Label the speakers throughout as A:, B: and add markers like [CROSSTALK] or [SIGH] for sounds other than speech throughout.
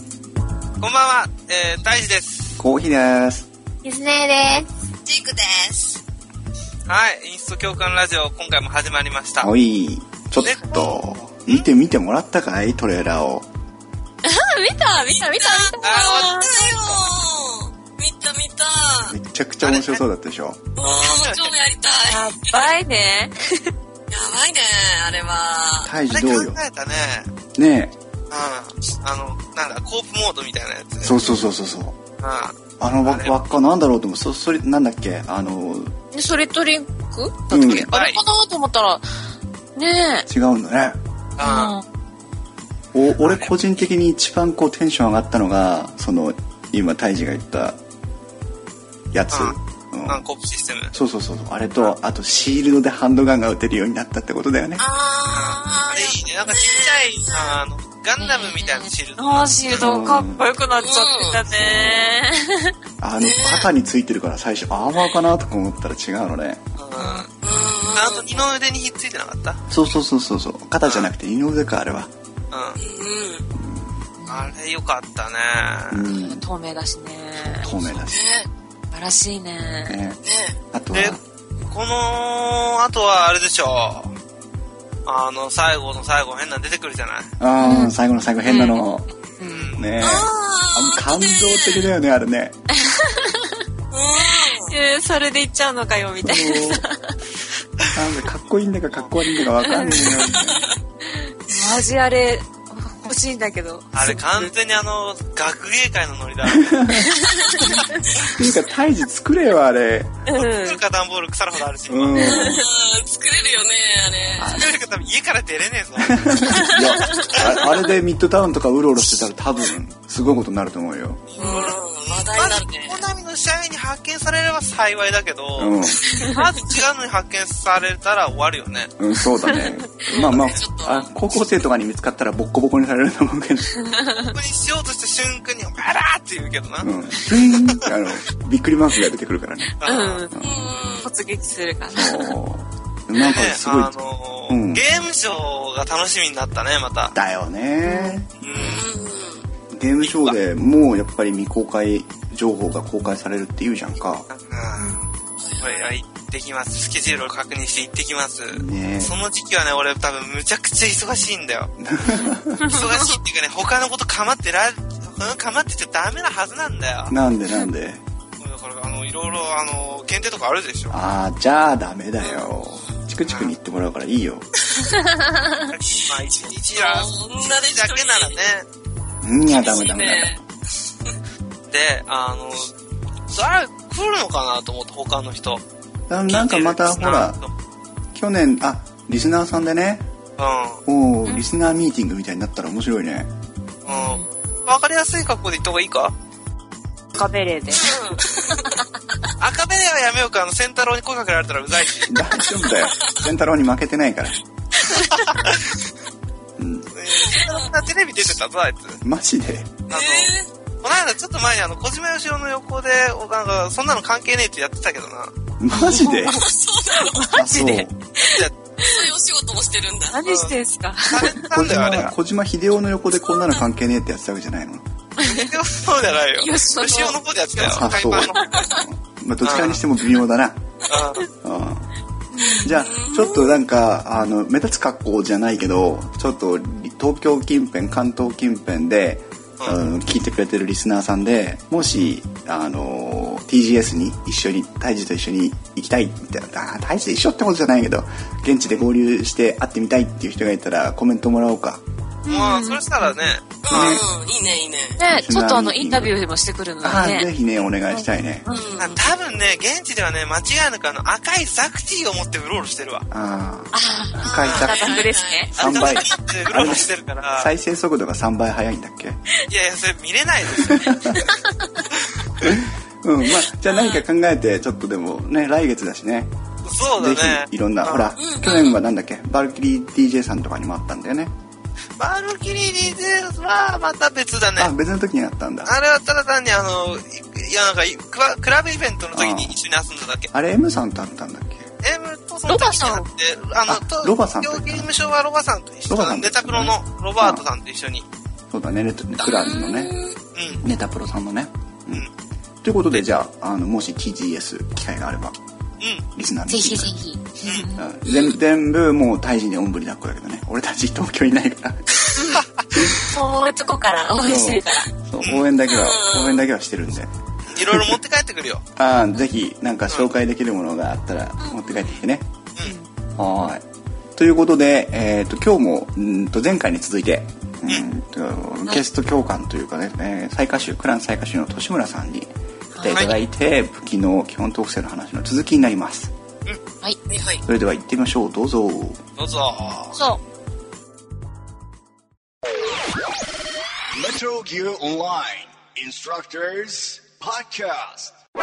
A: こんばんは、えー、大地です。
B: コーヒーです。
C: ゆずねです。
D: ジークです。
A: はい、インスト教官ラジオ、今回も始まりました。
B: おい、ちょっと、見て見てもらったかいトレーラーを。
C: 見た見た見た見た
A: あ
D: あー、見たよー。見た見た。
B: めちゃくちゃ面白そうだったでしょ。
D: おー、超やりた
C: や
D: い。
C: ばいね。
D: やばいね、あれは。
B: 胎
A: ー
B: 児
A: あれ
B: ど
A: 考
B: うよ。
A: えたね。
B: ね
A: うん。あの、なんだ、コープモードみたいなやつ。
B: え、
A: ね
B: そうそうそうそうそう。
A: うん。あ
B: あの輪
A: あ
B: っ
A: れ
B: 輪っかなんだろうと思う。そ、それ、なんだっけあの、
C: ねそれとリンク
B: う
C: だっ
B: ん、
C: け、
B: 違
C: あれかなと思ったら、ねえ。
B: うんだね。
A: あ
B: お、俺個人的に一番こうテンション上がったのが、その、今、胎児が言った、やつ。う
A: うん、
B: ん。
A: コープシステム。
B: そうそうそうそう。あれと、あと、シールドでハンドガンが撃てるようになったってことだよね。
D: あ
A: あ
D: ー、
A: れいいね。なんかちっちゃい、あの、ガンダムみたいなシールド。
C: あーシールドかっこよくなっちゃってたね。
B: あの、肩についてるから最初、アーマーかなとか思ったら違うのね。
A: うん。あ
D: うん
A: と、二の腕にひっついてなかった
B: そうそうそうそうそう肩じゃなくて二の腕かあれは
A: う
D: うん。うん。
A: ん。あれよかった
B: う
A: ね。
B: ん
C: 透明だしね。
B: 透明だし
C: 素晴らしいね。
B: ね
D: ね、ね。
B: あとは
A: で、この、あとはあれでしょあの、最後の最後変なの出てくるじゃない。
B: あー最後の最後変なの、
A: うん。
B: ねえ
D: あ
B: あの
D: ー、
B: 感動的だよねあれね
D: う
C: えーそれでいっちゃうのかよ、みたいな。
B: そうなんでかっこいいんだかかっこ悪いんだかわかんないよみたいな
C: マジあれ、欲しいんだけど。
A: あれ完全にあの、学芸会のノリだ。
B: っていうか胎児作れよあれ
C: うん
A: 作る。か段ボール腐るほどあるし。
B: うんいや
D: ん。作れるよね、あれ。
A: 作るか多分家から出れねえぞ。
B: ああれでミッドタウンとかうろうろしてたら多分すごいことになると思うよ
D: うん。話題
A: ま
D: に
A: ず
D: なる、ね。
A: コナミの試合に発見されれば幸いだけど、
B: うん、
A: まず違うのに発見されたら終わるよね。
B: うん、そうだねまあまあ
D: ちょっと
B: あ高校生とかに見つかったらボッコボコにされると思うけど
A: ここにしようとした瞬間に、あらーって言うけどな。
B: うん、ヒュイーンってあのびっくりマークが出てくるからね
A: うん
C: うん。突撃するから。
B: そうなんか
A: ね
B: すごい
A: あのー
B: うん
A: ゲームショーが楽しみになったね、また。
B: だよね
A: うん。
D: う
B: ゲームショーでもうやっぱり未公開情報が公開されるって言うじゃんか
A: うん。これは行ってきます。スケジュールを確認して行ってきます。
B: ね
A: その時期はね、俺多分むちゃくちゃ忙しいんだよ。忙しいっていうかね、他のこと構ってら、うん構ってちゃダメなはずなんだよ。
B: えなんでなんで
A: うんだから、あの、いろいろ、あの、検定とかあるでしょ。
B: ああじゃあダメだよチクチクに言ってもらうからいいよ
A: まあ、一日は、
D: そんな
A: 一日だけならね。
B: うんいや
D: ん。
B: ダメダメダメ
D: ね。
A: で、あの、あれ、来るのかなと思って、他の人。
B: ななんかまた
A: 聞い
B: ほ
A: てるリス
B: ら
A: ナーの人
B: 去年あリスナーさんでねおおリスナーミーティングみたいになったら面白いね
A: うん。うん。わかりやすい格好で行った方がいいか
C: カベレーで。
A: 赤ベレはやめようか、あの、センタロウに声かけられたらうざい [LAUGHS] し。
B: 大丈夫だよ健太郎に負けてないからうん
A: センタロウがテレビ出てたぞ、あいつ。
B: マジで
A: あの、
D: え
A: この間ちょっと前にあの、小島よしおの横で、おなんか、そんなの関係ねえってやってたけどな。
B: マジ
A: [LAUGHS]
B: で
D: ー、そうなの
B: マジで
D: そういうお仕事もしてるんだ。
C: 何してんすか
A: された
B: 小
A: んだよ、あれ
B: 島。小島秀夫の横でこんなの関係ねえってやってたわけじゃないの
A: そうじゃないよ。
C: よし
A: よしおの方でやってたよ。
B: あそう
A: 海パンの
B: まあどっちかにしても微妙だな
A: うん
B: うんじゃあちょっとなんかあの目立つ格好じゃないけどちょっと東京近辺関東近辺で、
A: う
B: うん聞いてくれてるリスナーさんでもしあの TGS に一緒に大地と一緒に行きたいみたいなあ大地と一緒ってことじゃないけど現地で合流して会ってみたいっていう人がいたらコメントもらおうか
A: まあ、それしたらね、
D: うん、いいね、いいね。
C: ね、ち
B: そんな
C: ょっとあの、インタビューでもしてくるので
B: ああぜ
C: ね。
B: ひねお願いしたいね、
D: うん。
A: あ多分ね、現地ではね、間違いなくあの、赤いサクティーを持ってうろうろしてるわ。
B: ああ深い
C: ダ
B: 作
C: ダフですね。
A: あの
B: 3倍
A: サクティーってうろうろしてるから、
B: 再生速度が3倍速いんだっけ
A: いやいや、それ見れないですよ。
B: うんまあじゃあ何か考えてちょっとでもね来月だしね
A: そう
B: ぜ
A: だね。
B: ひいろんなほら去年はなんだっけバルキリー DJ さんとかにもあったんだよね
A: バルキリー DJ はまた別だね。
B: あ別の時にあったんだ
A: あれはただ単にあの、いいやなんかいクラ、クラブイベントの時に一緒に遊んだだけ。
B: あれ M さんとあったんだっけ
A: M とその時にあって、あの、
B: あ
A: と
B: ロバさんと
A: 東京ゲームショーはロバさんと一緒
B: ロバさんと
A: ネタプロのロバートさんと一緒に。
B: そうだねレトクランのね
A: うん。
B: ネタプロさんのね。うん
A: うん
B: ということで、じゃあ、あの、もし TGS 機会があれば、
A: うん。
B: リスナーの
E: ぜひぜひ。
B: うん全全部もうタイ人でおんぶに抱っこだけどね俺たち東京いないから
E: そういうとこから応援してるから。
B: そう応援だけは応援だけはしてるんで
A: いろいろ持って帰ってくるよ。
B: ああぜひなんか紹介できるものがあったら持って帰ってきてね
A: う
B: はーいということで、えー、と今日もうんと前回に続いてうんとゲスト教官というかね、えー最下手クラン最下手の利村さんに来ていただいて、武器の基本特性の話の続きになります
E: はい。
D: はいはい。
B: それでは行ってみましょうどう
A: [LAUGHS] ん。
B: ぞ
A: どうぞ。
E: そう。
F: Metal Gear Online Instructors Podcast.
E: は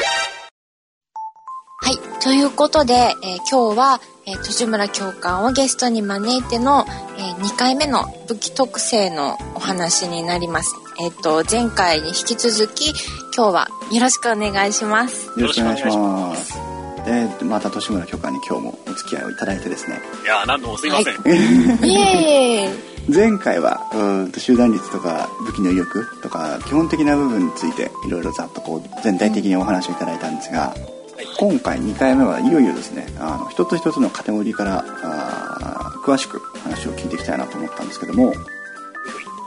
E: い。ということで、えー今日は、えー、辻村教官をゲストに招いての、え2回目の武器特性のお話になります。えっ、と、前回に引き続き、今日はよろしくお願いします。
B: よろしくお願いしますでまた利村教官に今日もお付き合いをいただいてですね
G: いやー、何度もすいませ
E: イ
G: ん。
E: エーイ
B: 前回はうーんと集団率とか武器の威力とか基本的な部分についていろいろざっとこう全体的にお話をいただいたんですが今回2回目はいよいよですねあの一つ一つのカテゴリーからあー詳しく話を聞いていきたいなと思ったんですけども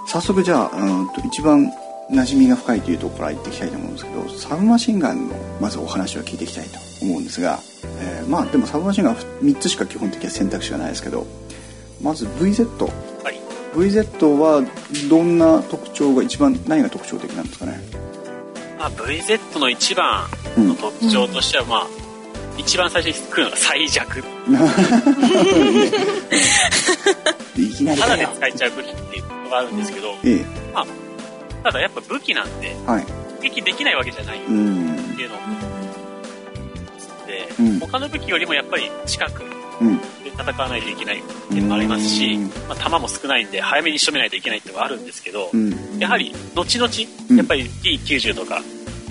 B: 早速じゃあうーんと一番馴染みが深いというところからいっていきたいと思うんですけどサブマシンガンのまずお話を聞いていきたいと思うんですが、えーまあでもサブマシンガン3つしか基本的には選択肢がないですけどまず VZ
G: はい
B: VZ はどんな特徴が一番何が特徴的なんですかね
G: まあ、VZ の一番
B: うん
G: の特徴としては、まあ、一番最初に来るのが最弱。
B: いきなり
G: た
B: だ
G: だで
B: よ
G: 使えちゃう武器っていうのがあるんですけど、
B: ええ
G: ただやっぱ武器なんて、
B: はい
G: 攻撃できないわけじゃないっ
B: うん
G: ていうので、
B: うん
G: 他の武器よりもやっぱり近く
B: うん
G: で戦わないといけないっていうのもありますし、まあ、弾も少ないんで、早めに仕留めないといけないっていうのはあるんですけど
B: う、ん
G: やはり、後々、
B: うん
G: やっぱり P90 とか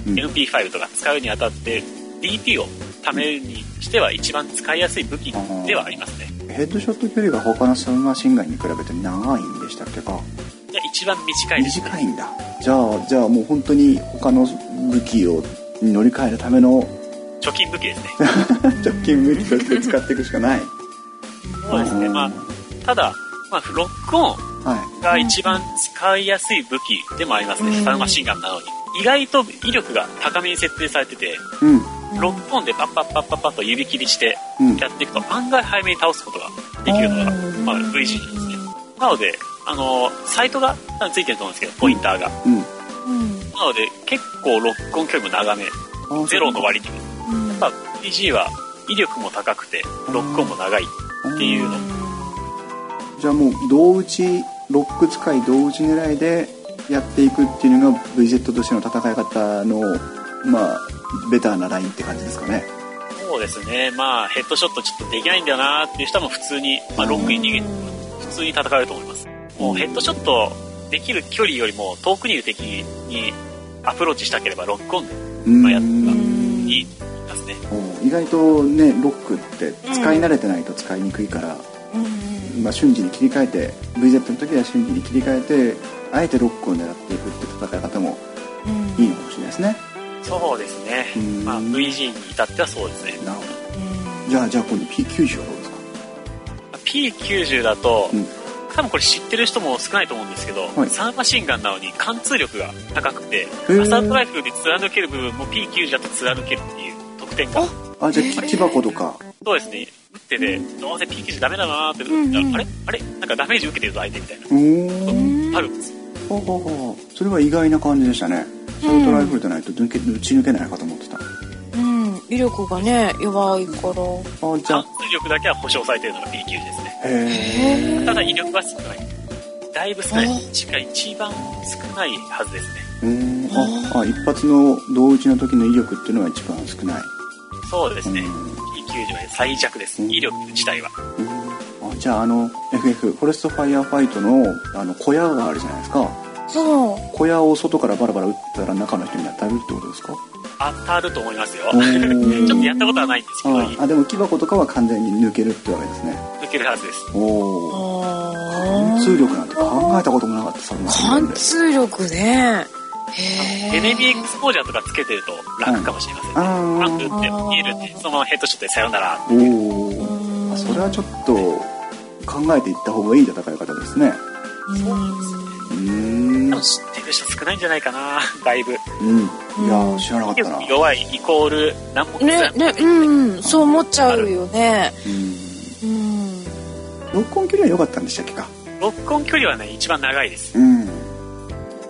B: うん
G: MP5 とか使うにあたって DP を貯めるにしては一番使いやすい武器ではありますね。
B: ヘッドショット距離が他のサブマシンガンに比べて長いんでしたっけか
G: じゃあ一番短いです。
B: 短いんだじゃあじゃあもう本当に他の武器を乗り換えるための [LAUGHS]
G: 貯金武器ですね。
B: 直近武器として使っていくしかない
G: そうですね。まあ、ただ、まあ、ロックオン
B: は
G: が一番使いやすい武器でもありますね。サブマシンガンなのに。意外と威力が高めに設定されてて、
B: いうん
G: ロックオンでパッパッパッパッパッと指切りして
B: うん
G: やっていくと案外早めに倒すことができるのが、まあ、V 字ですね。なので、あのサイトが多分ついてると思うんですけど、ポインターが。
B: うん
G: なので、結構ロックオン距離も長め。
B: あ
G: ゼロの割に。やっぱ PG は威力も高くて、ロックオンも長いっていうの。
B: じゃあもう同打ちロック使い同打ち狙いでやっていくっていうのが VZ としての戦い方のまあベターなラインって感じですかね
G: そうですね。まあ、ヘッドショットちょっとできないんだよなーっていう人も普通に、まあ、ロックに逃げて、普通に戦えると思います。もうヘッドショットできる距離よりも遠くにいる敵にアプローチしたければロックオンで
B: うん
G: まあやったいいですね。
B: うん意外とねロックって使い慣れてないと使いにくいから、まあ、瞬時に切り替えて VZ の時は瞬時に切り替えてあえてロックを狙っていくって戦い方もいいのかもしれないですね、
G: そうですね
B: うん。
G: まあ、VG に至ってはそうですね。
B: なるほどじゃあじゃあ今度 P90 はどうですか
G: P90 だと、
B: うん
G: 多分これ知ってる人も少ないと思うんですけど、
B: はい
G: サーマシンガンなのに貫通力が高くて、
B: ー
G: アサルトライフルで貫ける部分も P90 だと貫けるっていう特典が、
B: あじゃあ木木箱とか
G: そうですね、打ってて、どうせ P90 ダメだなーって打ったら、あれあれなんかダメージ受けてるぞ相手みたいな。
B: うーん
G: あるんですよ
B: ほうほうほうそれは意外な感じでしたねサルトライフルでないと抜け打ち抜けないかと思ってた
C: うん、威力がね、弱いから。
B: あじゃ
G: 貫
B: あ
G: 通力だけは保証されてるのが P90 ですね。
B: へえ
G: ただ威力は少ない。だいぶ少ない。しか一番少ないはずですね。
B: うんああ一発の同打ちの時の威力っていうのは一番少ない
G: そうですね。
B: う
G: P90 は最弱です。
B: うん
G: 威力自体は。
B: うんあじゃああの FF フォレストファイアファイトのあの小屋があるじゃないですか
C: そう。
B: 小屋を外からバラバラ撃ったら中の人に当たるってことですか
G: 当たると思いますよ。
B: お
G: [LAUGHS] ち
B: ー
G: ょっとやったことはないんですけど、
B: ああでも木箱とかは完全に抜けるってわけですね
G: 抜けるはずです。
B: おお貫通力なんて考えたこともなかったサブマシンガン
C: 貫
B: で
C: 通力ね。
E: へー
G: NB エクスポージャーとかつけてると楽かもしれませんね。
B: はいあー
G: パンと打っても見えるって、そのままヘッドショットでさよなら。
B: おおあそれはちょっと考えていった方がいい戦い方ですね
G: そうなんですね。
B: うーん
G: 多分知ってる人少ないんじゃないかな、だいぶ。
B: うんいやー知らなかったな
G: 弱いイコール、何も
C: ね、ね、うん、そう思っちゃうよね。
B: うん
C: うん。
B: 録音距離は良かったんでしたっけか
G: ロックオン距離はね、一番長いです。
B: うん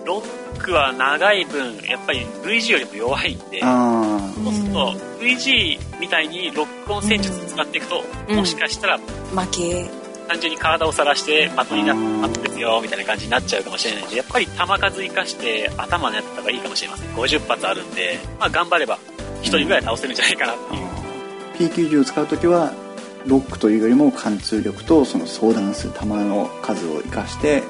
G: ロックは長い分、やっぱり VG よりも弱いんで、
B: あ
G: そうすると VG みたいにロックオン戦術を使っていくと、
C: うん
G: もしかしたら
C: 負け。
G: 単純に体をさらして的になったんですよみたいな感じになっちゃうかもしれないんでやっぱり球数生かして頭のやった方がいいかもしれません50発あるんで、まあ、頑張れば1人ぐらい倒せるんじゃないかなっていう、
B: ー P90 を使う時はロックというよりも貫通力とその相談する球の数を生かして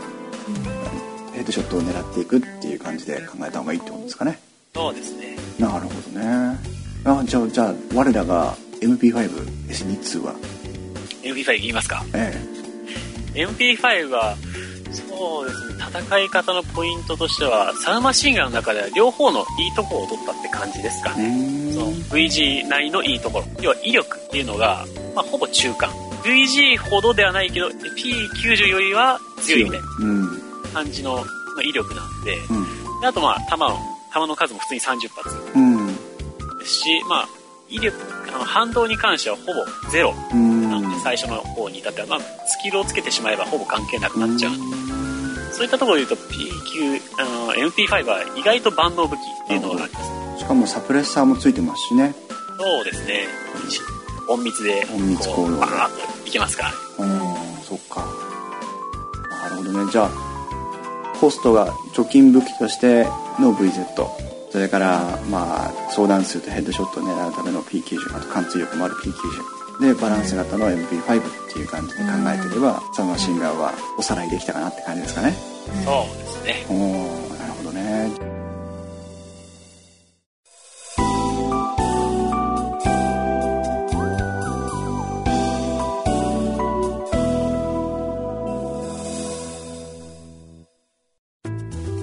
B: ヘッドショットを狙っていくっていう感じで考えた方がいいってことですかね
G: そうですね
B: なるほどねあじゃあじゃあ我らが MP5S2 は
G: MP5 言いますか
B: え
G: MP5 はそうですね戦い方のポイントとしてはサウマシンガンの中では両方のいいとこを取ったって感じですか
B: えう
G: ね
B: ーん
G: その VG なりのいいところ要は威力っていうのが、まあ、ほぼ中間 VG ほどではないけど P90 よりは強いみたいな
B: うん
G: 感じのまあ威力なんで
B: うん
G: であとまあ弾の弾の数も普通に30発
B: うん
G: ですし、まあ、威力あの反動に関してはほぼゼロ
B: うん
G: なんで最初の方に至っては、まあ、スキルをつけてしまえばほぼ関係なくなっちゃうんでそういったところで言うと PQ あの MP5 は意外と万能武器っていうのがあります
B: しかもサプレッサーもついてますしね
G: そうですね隠密でこ
B: 隠密行動
G: うバーッといけますからね
B: うんそっかなるほどねじゃあホストが貯金武器としての VZ それからまあ相談数とヘッドショットを狙うための P90 あと貫通力もある P90 でバランス型の MP5 っていう感じで考えてれば、サムマシンガーはおさらいできたかなって感じですかね
G: そうですね
B: おおなるほどね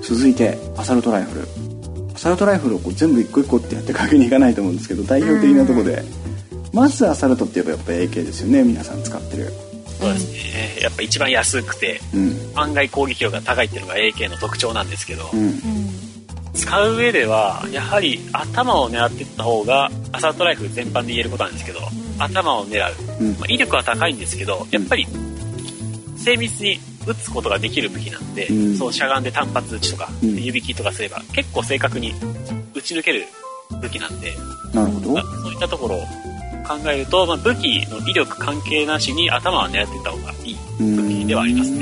B: 続いてアサルトライフルアサルトライフルをこう全部一個一個ってやって確認いかないと思うんですけど代表的なところでまずアサルトって言えばやっぱ AK ですよね皆さん使ってる
G: そうですねやっぱ一番安くて
B: うん
G: 案外攻撃力が高いっていうのが AK の特徴なんですけど、
B: うん
G: 使う上ではやはり頭を狙っていった方がアサルトライフル全般で言えることなんですけど頭を狙う、
B: うん
G: まあ、威力は高いんですけどやっぱり精密に撃つことができる武器なんで、
B: うん
G: そうしゃがんで単発撃ちとか
B: うん
G: 湯引きとかすれば結構正確に撃ち抜ける武器なんで、
B: なるほど
G: まあそういったところを考えると、まあ、武器の威力関係なしに頭は狙っていった方がいい武器ではありますね、
B: う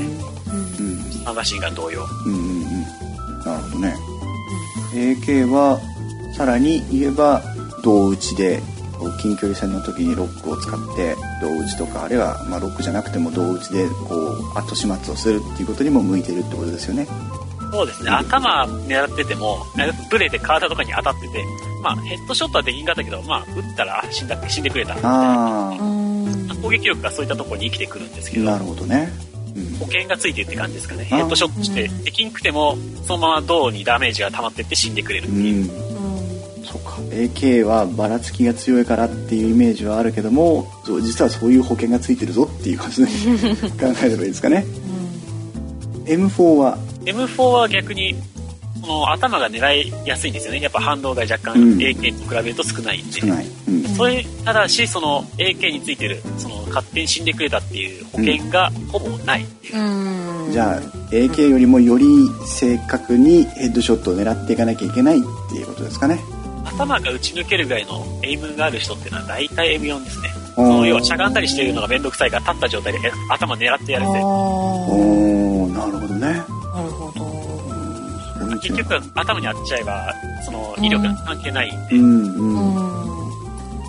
B: ん
G: まあマシンガン同様
B: うんうんうんなるほどね、AK はさらに言えば同打ちでこう近距離戦の時にロックを使って同打ちとかあるいは、まあ、ロックじゃなくても同打ちでこう後始末をするっていうことにも向いてるってことですよね
G: そうですね、頭狙ってても、ブレて体とかに当たってて、まあ、ヘッドショットはできんかったけど、まあ、撃ったらあ死んだ死んでくれたみたいな
B: あ
G: 攻撃力がそういったところに生きてくるんです
B: あ
G: けど
B: な、るほどね、うん、
G: 保険がついてるって感じですかね、
B: あー
G: ヘッドショットして、できんくても、そのまま銅にダメージが溜まってって死んでくれるっていう、
B: うん、そっか AK はばらつきが強いからっていうイメージはあるけどもそう実はそういう保険がついてるぞっていう感じで [LAUGHS] 考えればいいですかね、M4 は
G: M4 は逆に、この頭が狙いやすいんですよね、やっぱ反動が若干、
B: うん
G: AK と比べると少ないんで。
B: 少ない、うん、
G: それただしその AK についてるその勝手に死んでくれたっていう保険がほぼない、
B: じゃあ AK よりもより正確にヘッドショットを狙っていかなきゃいけないっていうことですかね
G: 頭が打ち抜けるぐらいのエイムがある人っていうのは大体 M4 ですね。
B: お
G: そ
B: ー
G: の要はしゃがんだりしてるのがめんどくさいから立った状態でえ頭狙ってやるって。
B: おおなるほどね
C: なるほど。
B: それも一
G: 結
B: 理
G: 局は頭に当てちゃえば、その威力が関係ないんで、
B: うんうんな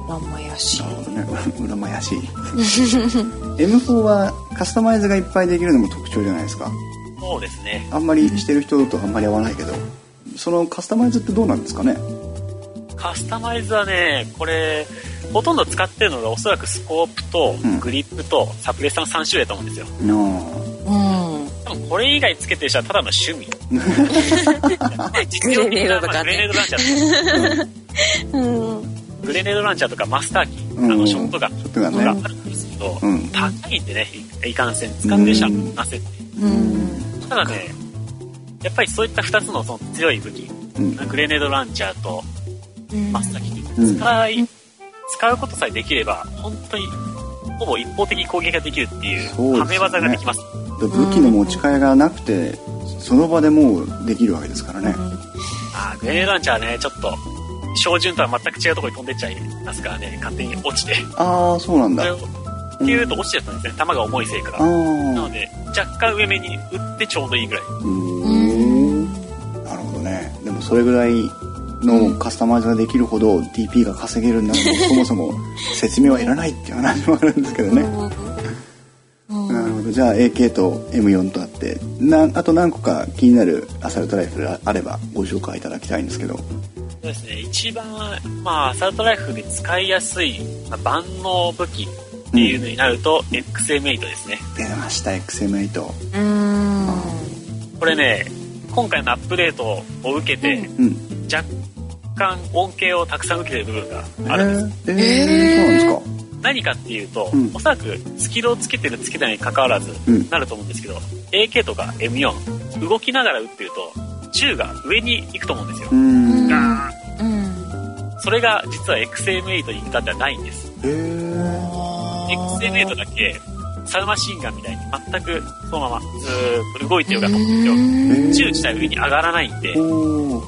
C: まんまやし。
B: るほどね裏もやしい M4 はカスタマイズがいっぱいできるのも特徴じゃないですか
G: そうですね。
B: あんまりしてる人とあんまり合わないけどそのカスタマイズってどうなんですかね
G: カスタマイズはね、これ、ほとんど使ってるのがおそらくスコープと
B: うん
G: グリップとサプレッサーの3種類だと思うんですよ。
B: なあ
C: うん。
G: 多分多分これ以外つけてる人はただの趣味。実
E: グレネードとかね
G: まあグレネードランチャーとか、
E: うん。
G: グレネードランチャーとかマスターキー、
B: うん
G: あのショットガン
B: とか
G: とか
B: ね
G: あるんですけど、
B: うん
G: 高いんでね、いいかんせん使ってる人は焦って。
E: うん。
G: ただね、やっぱりそういった2つのその強い武器、
B: うん
G: グレネードランチャーとマスターキー、
B: うん
G: 使い、使うことさえできれば、本当に、ほぼ一方的に攻撃ができるってい
B: そうですよ
G: う、
B: ね
G: はめ技ができます。
B: 武器の持ち替えがなくてその場でもうできるわけですからね
G: あーグレネードランチャーね、ちょっと、照準とは全く違うところに飛んでっちゃいますからね、勝手に落ちて、
B: ああそうなん
G: それ
B: だ
G: を、ピューと落ちちゃったんですね、弾が重いせいか
B: ああ
G: ら。なので、若干上目に打ってちょうどいいぐらい。
B: うんなるほどねでもそれぐらいのカスタマイズができるほど DP が稼げるんだらそもそも説明はいらないっていう話もあるんですけどねなるほどじゃあ AK と M4 とあってなあと何個か気になるアサルトライフルがあればご紹介いただきたいんですけど
G: そうですね、一番は、まあ、アサルトライフで使いやすい、まあ、万能武器っていうのになると、XM8 ですね。
B: 出ました XM8
E: うん。
G: これね、今回のアップデートを受けて、
B: うん
G: 若干恩恵をたくさん受けてる部分があるんです。
B: えーえーそうなんですか
G: 何かっていうと、
B: うん
G: おそらくスキルをつけてるつけてないに関わらず
B: うん
G: なると思うんですけど、AK とか M4 動きながら撃ってると銃が上に行くと思うんですよ
B: う、んへ
G: ガー
E: うん。
G: ンそれが実は XM8 に至ってはないんです
B: え
G: XM8 だけサウマシンガンみたいに全くそのままずーっと動いてようが飛んでようが
E: う
B: ー
G: 銃自体上に上がらないんで
B: おお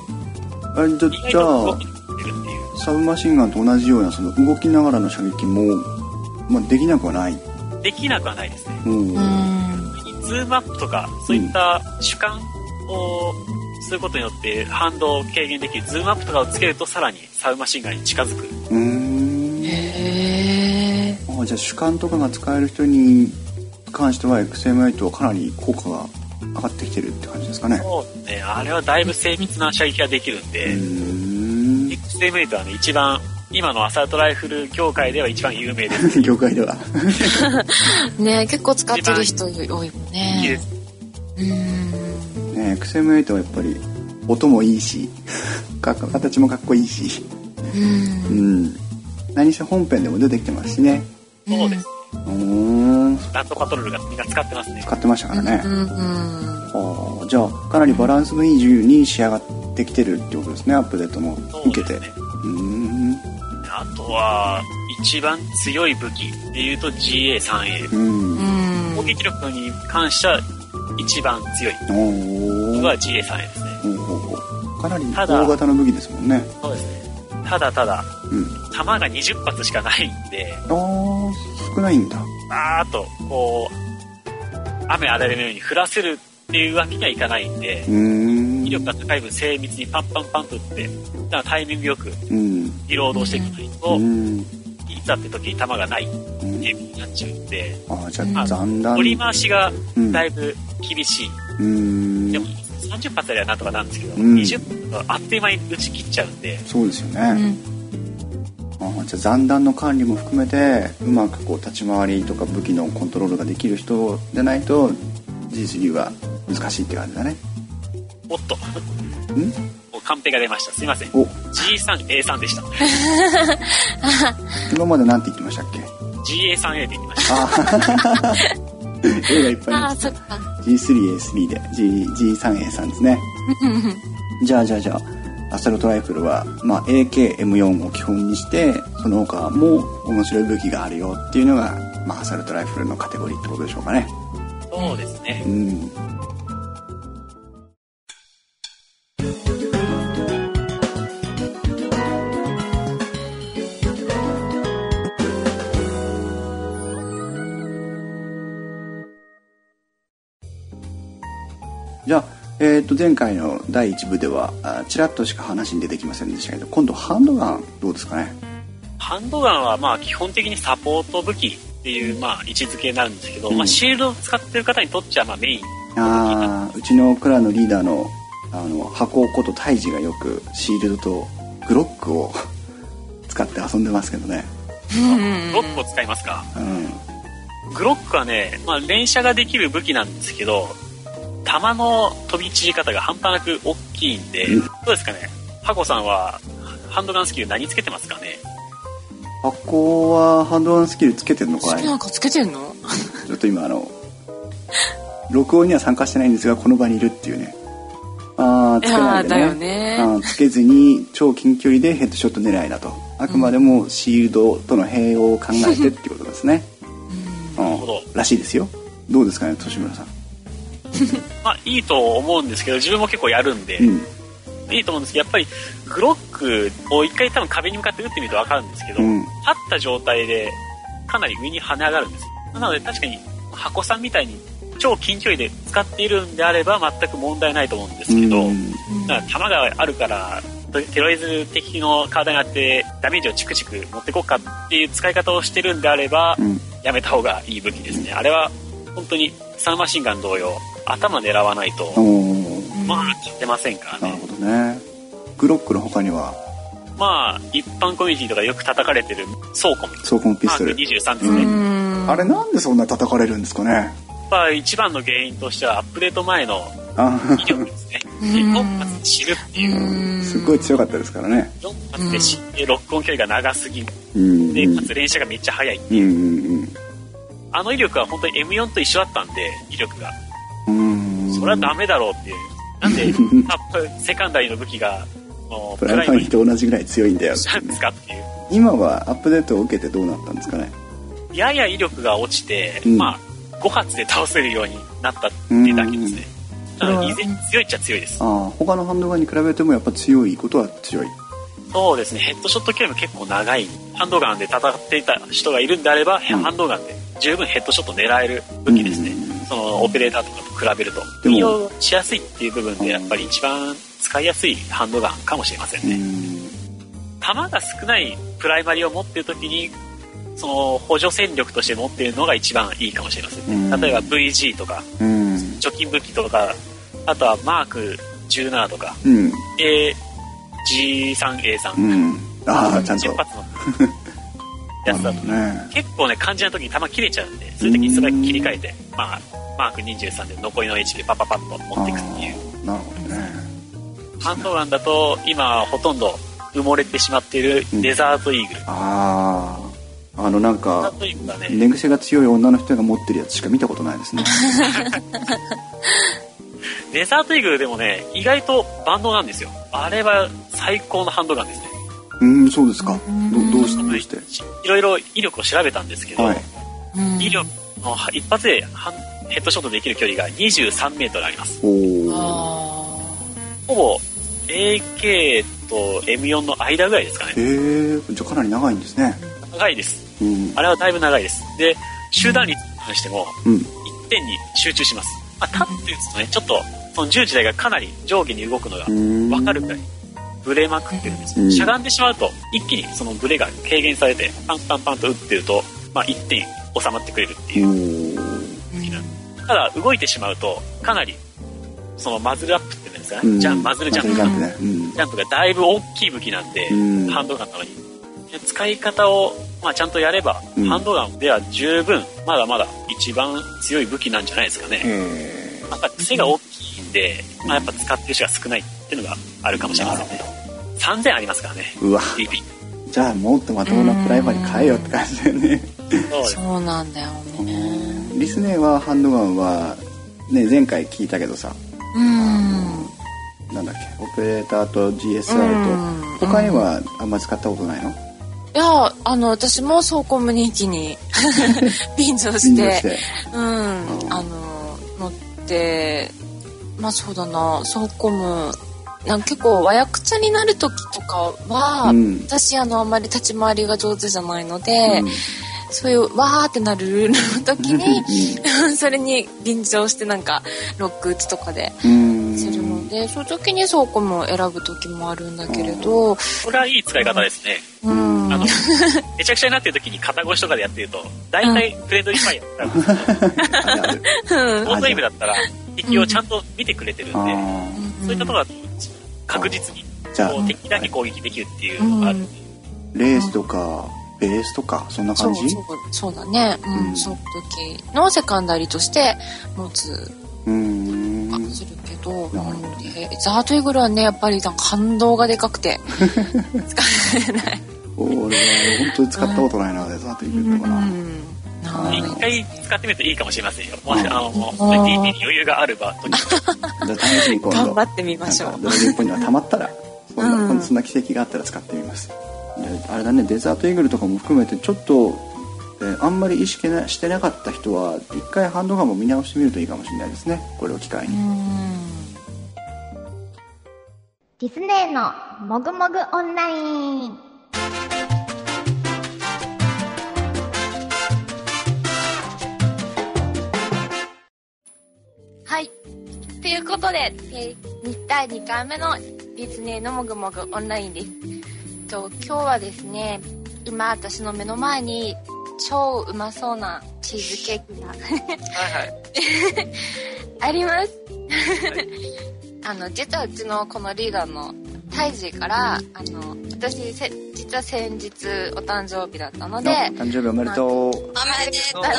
B: あれじゃ
G: 意外
B: じ
G: と
B: ゃ
G: 動
B: あ
G: きにくれるっていう
B: サブマシンガンと同じようなその動きながらの射撃も、まあ、できなくはない、
G: できなくはないですね
B: うん
E: ん。
G: ズームアップとかそういった主観をすることによって反動を軽減できるズームアップとかをつけるとさらにサウマシンガンに近づく
B: うーん
E: へ
B: あじゃあ主観とかが使える人に関しては XM8 はかなり効果が上がってきてるって感じですかね
G: そうねあれはだいぶ精密な射撃ができるん
B: う
G: で、
B: ーん
G: XM8 はね一番今のアサルトライフル業界では一番有名です
B: [LAUGHS] 業界では
E: え。ねえ結構使ってる人多いもん
G: いい
E: ね。
G: です
E: うん。
B: ね XM8 はやっぱり音もいいし [LAUGHS] か形もかっこいいし
E: うん
B: う。ん何せ本編でも出てきてますしね
G: そうです
B: うーん
G: ラットパトロールがみんな使ってますね
B: 使ってましたからね、
E: うんうん。
B: ああじゃあかなりバランスのいい銃に仕上がってきてるってことですねアップデートも
G: そう
B: 受
G: で
B: け
G: す
B: て
G: ね
B: うーん
G: あとは一番強い武器でいうと GA3A
B: うん
E: うん
G: 攻撃力に関しては一番強い
B: お
G: の
B: ー
G: が GA3A ですね
B: おーかなり
G: ただ
B: 大型の武器ですもんね
G: そうですね。ただただ、
B: うん
G: 弾が20発しかないんで、
B: ああ少ないんだ
G: バーっと、こう、雨あられのように降らせるっていうわけにはいかないんで
B: う、ー
G: 威
B: ん
G: 力が高い分精密にパンパンパンと打って、だからタイミングよく
B: うん
G: リロードをしていかないと、
B: う
G: い
B: ん
G: ざって時に弾がないって
B: う
G: い
B: ん
G: う風になっちゃうんで、
B: あーじゃあ残弾
G: 折り回しが
B: うん
G: だいぶ厳しい。
B: うー
G: でも
B: ん
G: 30発あればなんとかなるんですけど、
B: うん
G: 20発はあっという間に打ち切っちゃうんで、
B: そうですよねあーじゃあ残弾の管理も含めてうまくこう立ち回りとか武器のコントロールができる人じゃないと G3 は難しいって感じだね
G: おっと、
B: ん
G: もうカンペが出ました。すいません。
B: お
G: G3、A3 でした。
B: 今まで何て言ってましたっけ
G: GA3A で言いました。
B: A がいっぱい
E: あ
B: あ
E: あ、
B: る
E: そっか。
B: G3A3 で G- G3A3 ですねじゃあじゃあじゃあアサルトライフルは、まあ、AKM4 を基本にしてその他も面白い武器があるよっていうのが、まあ、アサルトライフルのカテゴリーってことでしょうかね
G: そうですね
B: う。んじゃあ、えー、と前回の第1部ではあちらっとしか話に出てきませんでしたけど今度ハンドガンどうですかね
G: ハンドガンはまあ基本的にサポート武器っていうまあ位置づけになるんですけど、
B: うん
G: まあシールドを使ってる方にとっちゃまあメイン。
B: あーうちのクラのリーダーのあの箱尾ことタイジがよくシールドとグロックを使って遊んでますけどね、
G: グロックを使いますか。
B: うん、
G: グロックはね、まあ連射ができる武器なんですけど、弾の飛び散り方が半端なく大きいんで、
B: うん
G: どうですかねハコさんはハンドガンスキル何つけてますかね
B: 箱はハンドガンスキルつけてんのかい
C: なんかつけてんの
B: ちょっと今あの録音には参加してないんですがこの場にいるっていうねああ
C: い
B: つけな
C: や
B: い
C: ー
B: で
C: だよ
B: ね
C: ね。
B: うんつけずに超近距離でヘッドショット狙いだとあくまでもシールドとの併用を考えてってことですね、うん
G: るほど
B: らしいですよどうですかね利村さん、
G: まあいいと思うんですけど自分も結構やるんで、
B: うん、
G: いいと思うんですけどやっぱりグロックを一回多分壁に向かって打ってみると分かるんですけど、
B: うん
G: 立った状態でかなり上に跳ね上がるんですなので確かに箱さんみたいに超近距離で使っているんであれば全く問題ないと思うんですけど、
B: うん
G: だから弾があるからとテロイズ敵の体にあってダメージをチクチク持ってこっかっていう使い方をしてるんであれば、
B: うん
G: やめた方がいい武器ですねあれは本当にサンマシンガン同様頭狙わないと、
B: おー
G: まあ勝てませんから
B: なる
G: ね
B: ほどねグロックの他には
G: まあ一般コミュニティとかでよく叩かれてる倉庫も
B: 装甲ピ
G: マ
B: スト
G: ーク
B: ル
G: 23ですね、
B: う
C: うん。
B: あれなんでそんな叩かれるんですかね
G: やっぱ一番の原因としてはアップデート前の
B: あ
G: 威力ですね一発で死ぬっていう
B: すっごい強かったですからね
G: 4発で死んでロックオン距離が長すぎて
B: うんうん
G: かつ連射がめっちゃ速い
B: うん
G: あの威力は本当に M4 と一緒だったんで、威力が。
B: うん
G: それはダメだろうっていう。なん
B: [LAUGHS]
G: で、タップ、セカンダリーの武器が、あの
B: プ
G: プ
B: ラ
G: ラ
B: イ
G: イ
B: マ
G: マ
B: リ
G: リ
B: ー
G: ー
B: と同じぐらい強いんだよってい
G: なん
B: う
G: で
B: ね
G: すかっていう。
B: 今はアップデートを受けてどうなったんですかね
G: やや威力が落ちて、
B: うん
G: まあ、5発で倒せるようになったっていうだけですね。ただ、依然強いっちゃ強いです。
B: ああ他のハンドガンに比べてもやっぱ強いことは強い
G: そうですね、ヘッドショット距離も結構長い。ハンドガンで戦っていた人がいるんであれば、ハンドガンで十分ヘッドショット狙える武器ですね。
B: うん
G: そのオペレーターとかと比べると。
B: でも
G: 運用しやすいっていう部分で、やっぱり一番使いやすいハンドガンかもしれません
B: う
G: ね。
B: ん
G: 弾が少ないプライマリを持っている時にその補助戦力として持っているのが一番いいかもしれません
B: う
G: ね
B: ん
G: 例えば VG とか
B: うん
G: 貯金武器とかあとはマーク17とか
B: うん
G: AG3A3
B: うんああちゃんと
G: 10発の [LAUGHS] やつ
B: な
G: だ
B: る
G: と
B: ほどね
G: 結構ね肝心な時に弾切れちゃうんでそういう時に素早く切り替えてまあマーク23で残りの1でパパパッと持っていくっていう
B: なるほどね
G: ハンドガンだと今ほとんど埋もれてしまっているデザートイーグル、
B: あああのなん
G: デザ
B: か
G: ートイーグルがね
B: 寝癖が強い女の人が持ってるやつしか見たことないですね
G: デザートイーグルでもね、意外と万能なんですよ。あれは最高のハンドガンですね。
B: うんそうですかどどうしてどうして
G: いろいろ威力を調べたんですけど、
B: はい
G: 威力の一発でハンヘッドショットできる距離が23メートルあります。
B: おお
G: ほぼ AK と M4 の間ぐらいですかね。
B: へえじゃあかなり長いんですね
G: 長いです。
B: うん
G: あれはだいぶ長いです。で、集団率に関しても、
B: うん
G: 一点に集中します。まあ、立って打つとね、ちょっと、その銃自体がかなり上下に動くのが
B: うん
G: 分かるくらいブレまくってるんですよ、
B: うん
G: しゃがんでしまうと一気にそのブレが軽減されてパンパンパンと打ってると、まあ、1点収まってくれるって
B: お
G: いう、
B: ー
G: ただ動いてしまうとかなりそのマズルアップって言うんですか
B: う
G: ね、
B: ん
G: ジャンマズルジャンプ
B: マズルジャンプね
G: ジャンプがだいぶ大きい武器なんで、
B: うん
G: ハンドガンなのにで使い方を、まあ、ちゃんとやれば、
B: うん
G: ハンドガンでは十分まだまだ一番強い武器なんじゃないですかね、
B: うんへ
G: やっぱ癖が大きいんで、まあ、やっぱ使ってる人が少ないっていうのがあるかもしれませんね3000ありますからね
B: えうわ
G: DP
B: じゃあもっとまともなプライマリー変えよって感じだよね
G: そうです
C: そうなんだよね。
B: リスネーはハンドガンは、ね、前回聞いたけどさ
C: うん。
B: なんだっけオペレーターと GSR
C: うん
B: と他にはあんま使ったことないの
C: いや、あの、私も倉庫無人機に [LAUGHS] 便乗し
B: 便乗
C: て、
B: して
C: うん、あの、乗って、まあそうだな、倉庫無、なんか結構、和訳茶になる時とかは、
B: うん
C: 私、あの、あんまり立ち回りが上手じゃないので、そういう、わーってなるルールの時に、 [LAUGHS] それに便乗してなんか、ロック打ちとかで
B: うんうん
C: するので、そういう時に倉庫無を選ぶ時もあるんだけれど、
G: これはいい使い方ですね、
C: うん [LAUGHS]
G: [LAUGHS] あのめちゃくちゃになってる時に肩越しとかでやってると大体フレンドリーファイヤーだったんですよ
B: あるある
G: オートイブだったら敵をちゃんと見てくれてるんで、
B: あ
C: [LAUGHS]
G: そういったところだと確実に
B: ーじゃあ
G: こう敵だけ攻撃できるっていうのがあるんで、
B: レースとかベースとかそんな
C: そ
B: 感
C: う
B: じ
C: そうそうだね、うん
B: うん
C: その時のセカンダリとして持つ
B: うーん
C: ど
B: なるほど
C: でザートイーグルはねやっぱりなんか反動がでかく
B: [LAUGHS]
C: て使えない、
B: 俺は本当に使ったことないなデザートイーグルとかな、
C: うん、ない
G: 一回使ってみるといいかもしれませんよ。も
B: う
G: し、
B: ん
G: あの、DT に余裕がある場合
B: [LAUGHS]
G: に。
B: じゃあ試しに今度
C: 頑張ってみましょう
B: なんかドラゴンポイントが溜まったらそんな,、
C: うん
B: そんな奇跡があったら使ってみますであれだねデザートイーグルとかも含めてちょっと、えーあんまり意識なしてなかった人は一回ハンドガンも見直してみるといいかもしれないですねこれを機会に、
H: ディスネーのもぐもぐオンライン。
E: はい。ということで、えー第2回目のディズニーのもぐもぐオンラインです。と今日はですね、今私の目の前に超うまそうなチーズケーキが
A: はいはい。
E: [LAUGHS] あります。あの、実はうちのこのリーダーのタイジーから、あの、私、せ実は先日お誕生日だったので、
B: あ誕生日おめでとう
D: おめでとう。
E: [LAUGHS]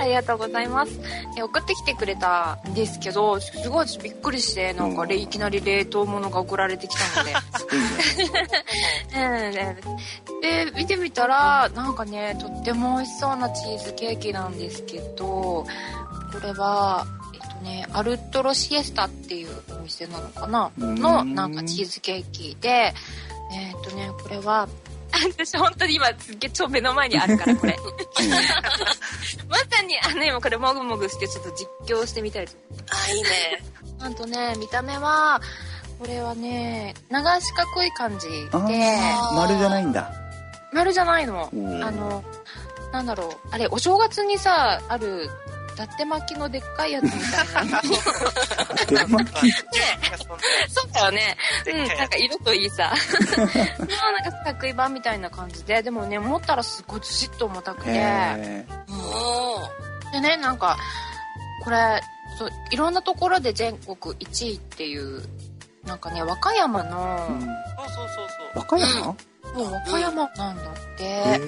E: ありがとうございます。え送ってきてくれたんですけど、すごいびっくりして、なんかれ
B: うん
E: いきなり冷凍物が送られてきた
B: [LAUGHS]
E: ので。 [LAUGHS] うんで、見てみたら、なんかね、とっても美味しそうなチーズケーキなんですけど、これは、えっとね、アルトロシエスタっていうお店なのかな
B: うん
E: の、なんかチーズケーキで、えっとね、これは、 [LAUGHS] 私本当に今すっげえ超目の前にあるからこれ。まさに、あの、今これもぐもぐしてちょっと実況してみたいと
D: あ、いいね。
E: なんとね、見た目は、これはね、長四角い感じで、
B: あー丸じゃないんだ
E: 丸じゃないの。
B: うん
E: あの、なんだろう、あれ、お正月にさ、ある、だって巻きのでっかいやつみたいな。
B: でまあ
E: [LAUGHS] そうだよね。う
A: で
E: ん、
A: っかいやつ
E: なんか色といい [LAUGHS] さ。まあなんか四角い版みたいな感じで、でもね、持ったらすごいずしっと重たくて。
B: へ
D: お
E: でねなんかこれそういろんなところで全国1位っていうなんかね和歌山
B: え、
E: の、
A: そうそうそうそう。
B: 和歌山、
E: もう和歌山なんだっ
B: え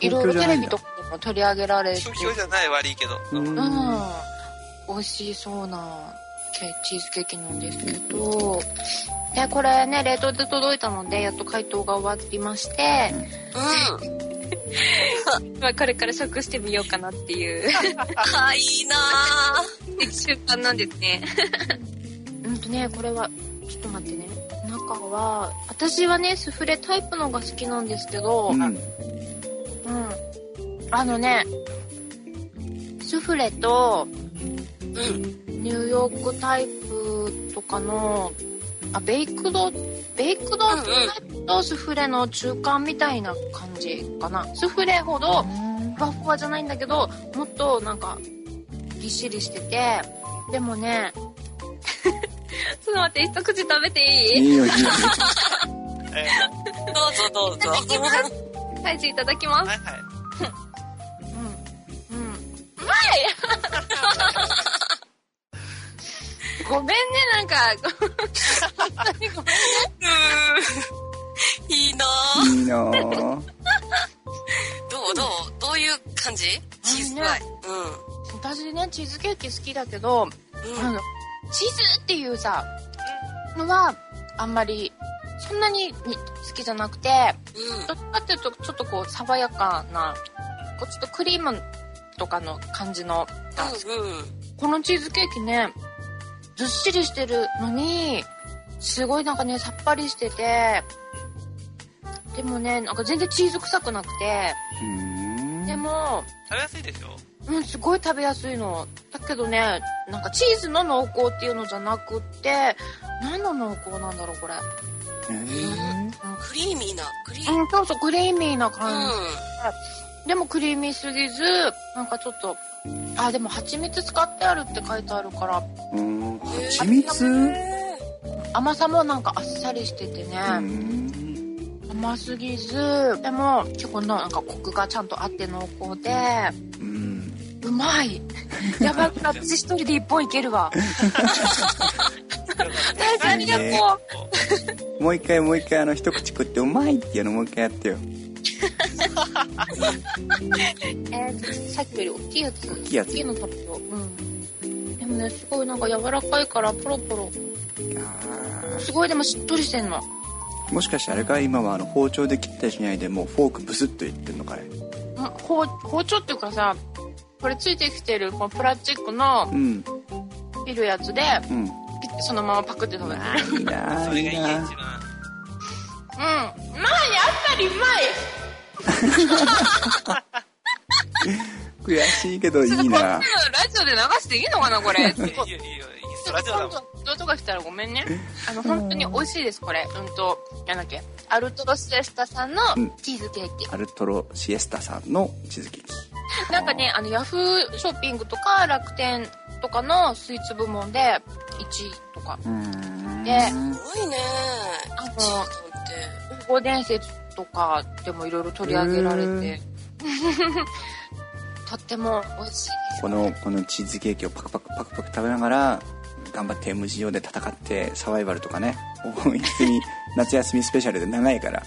E: て、いろいろテレビとかでも取り上げられて
A: 東京じゃない悪いけど。
B: う
E: うん
B: ん、
E: 美味しそうなケーチーズケーキなんですけどでこれね冷凍で届いたのでやっと解凍が終わりまして
D: うん。
E: 今これから食してみようかなっていう
D: あ、いいな
E: 習慣なんですね。うんとね、これは、ちょっと待ってね。中は、私はね、スフレタイプのが好きなんですけ
B: う
E: ど、うんん。あのね、スフレと、ニューヨークタイプとかの、あ、ベイクド、ベイクドタイプとスフレの中間みたいな感じかな。スフレほど、ふわふわじゃないんだけど、もっとなんか、ぎっしりしてて、でも [LAUGHS] ね、ちょっと待って、一口食べていい
B: いいよいいよ
A: え
D: どうぞどうぞ。
E: いただきます。大地いただきま
A: ー
E: す。
A: はいはい。
E: うん。うん。うまい [LAUGHS] ごめんね、なんか、本当にごめん。
D: うん。いいない
B: いなぁ
D: どうどうどういう感じチーズパイ。
E: 私ね、チーズケーキ好きだけど、
D: うん。
E: あの、チーズっていうさ、のは、あんまり、そんなにに好きじゃなくて、
D: うん。
E: どっちかっていうと、ちょっとこう、爽やかな、こう、ちょっとクリームとかの感じのが好き
D: うん。うん。
E: このチーズケーキね、ずっしりしてるのに、すごいなんかね、さっぱりしてて、でもね、なんか全然チーズ臭くなくて、
B: うん
E: でも、
A: 食べやすいでしょ
E: うん、すごい食べやすいの。だけどね、なんかチーズの濃厚っていうのじゃなくって、何の濃厚なんだろう、これ。
D: クリーミーな。クリーミー。
E: うん、そうそう、クリーミーな
D: う
E: 感じ。でもクリーミーすぎず、なんかちょっと、あ、でも蜂蜜使ってあるって書いてあるから、
B: うん蜂
D: ん。
B: 蜜
D: え
E: 甘さもなんかあっさりしててね。
B: うん
E: 甘すぎずでも結構ななんかコクがちゃんとあって濃厚で
B: うん
E: うま
B: [LAUGHS]
E: いやばくな私一人で一本いけるわ大事ありがとう、
B: もう一回もう一回あの一口食ってうまいっていうのもう一回やってよ
E: えーとさっきより大きいやつ大
B: きいやつ
E: の食べよううんでもねすごいなんか柔らかいからポロポロ
B: あ
E: すごいでもしっとりしてんの
B: ーもしかしてあれか今はあの包丁で切ったりしないでもうフォークブスッといってんのかい
E: うん包包丁っていうかさこれついてきてるこのプラスチックの
B: うん
E: 切るやつで
B: うん
E: ピッてそのままパクって食べてる
B: あーいいな
A: そ
B: ー
A: れ
B: い
A: が
B: い
A: いい
B: な
A: 一番。
E: うんまあやっぱりうまい
B: ー悔しいけどい
E: それ
B: い
E: こっちの
B: な
E: ラジオで流していいのかな
B: [LAUGHS]
E: これ
A: いいよ、いいよ。インストラジオだ
E: 今
A: もん。
E: 度とか来たらごめんねあの本当に美味しいですこれうんとなんだっけアルトロシエスタさんの
B: うん
E: チーズケーキ、
B: アルトロシエスタさんのチーズケーキ
E: なんかねあのヤフーショッピングとか楽天とかのスイーツ部門で1位とか
B: うーん
E: ね
D: すごいね
E: あの
D: チーズっ
E: 「
D: て
E: 五伝説」とかでもいろいろ取り上げられ
B: へ
E: て [LAUGHS] とっても美味しいです
B: このこのチーズケーキをパクパクパクパク食べながら頑張って MGO で戦ってサバイバルとかね大一
E: [LAUGHS]
B: に夏休みスペシャルで長いから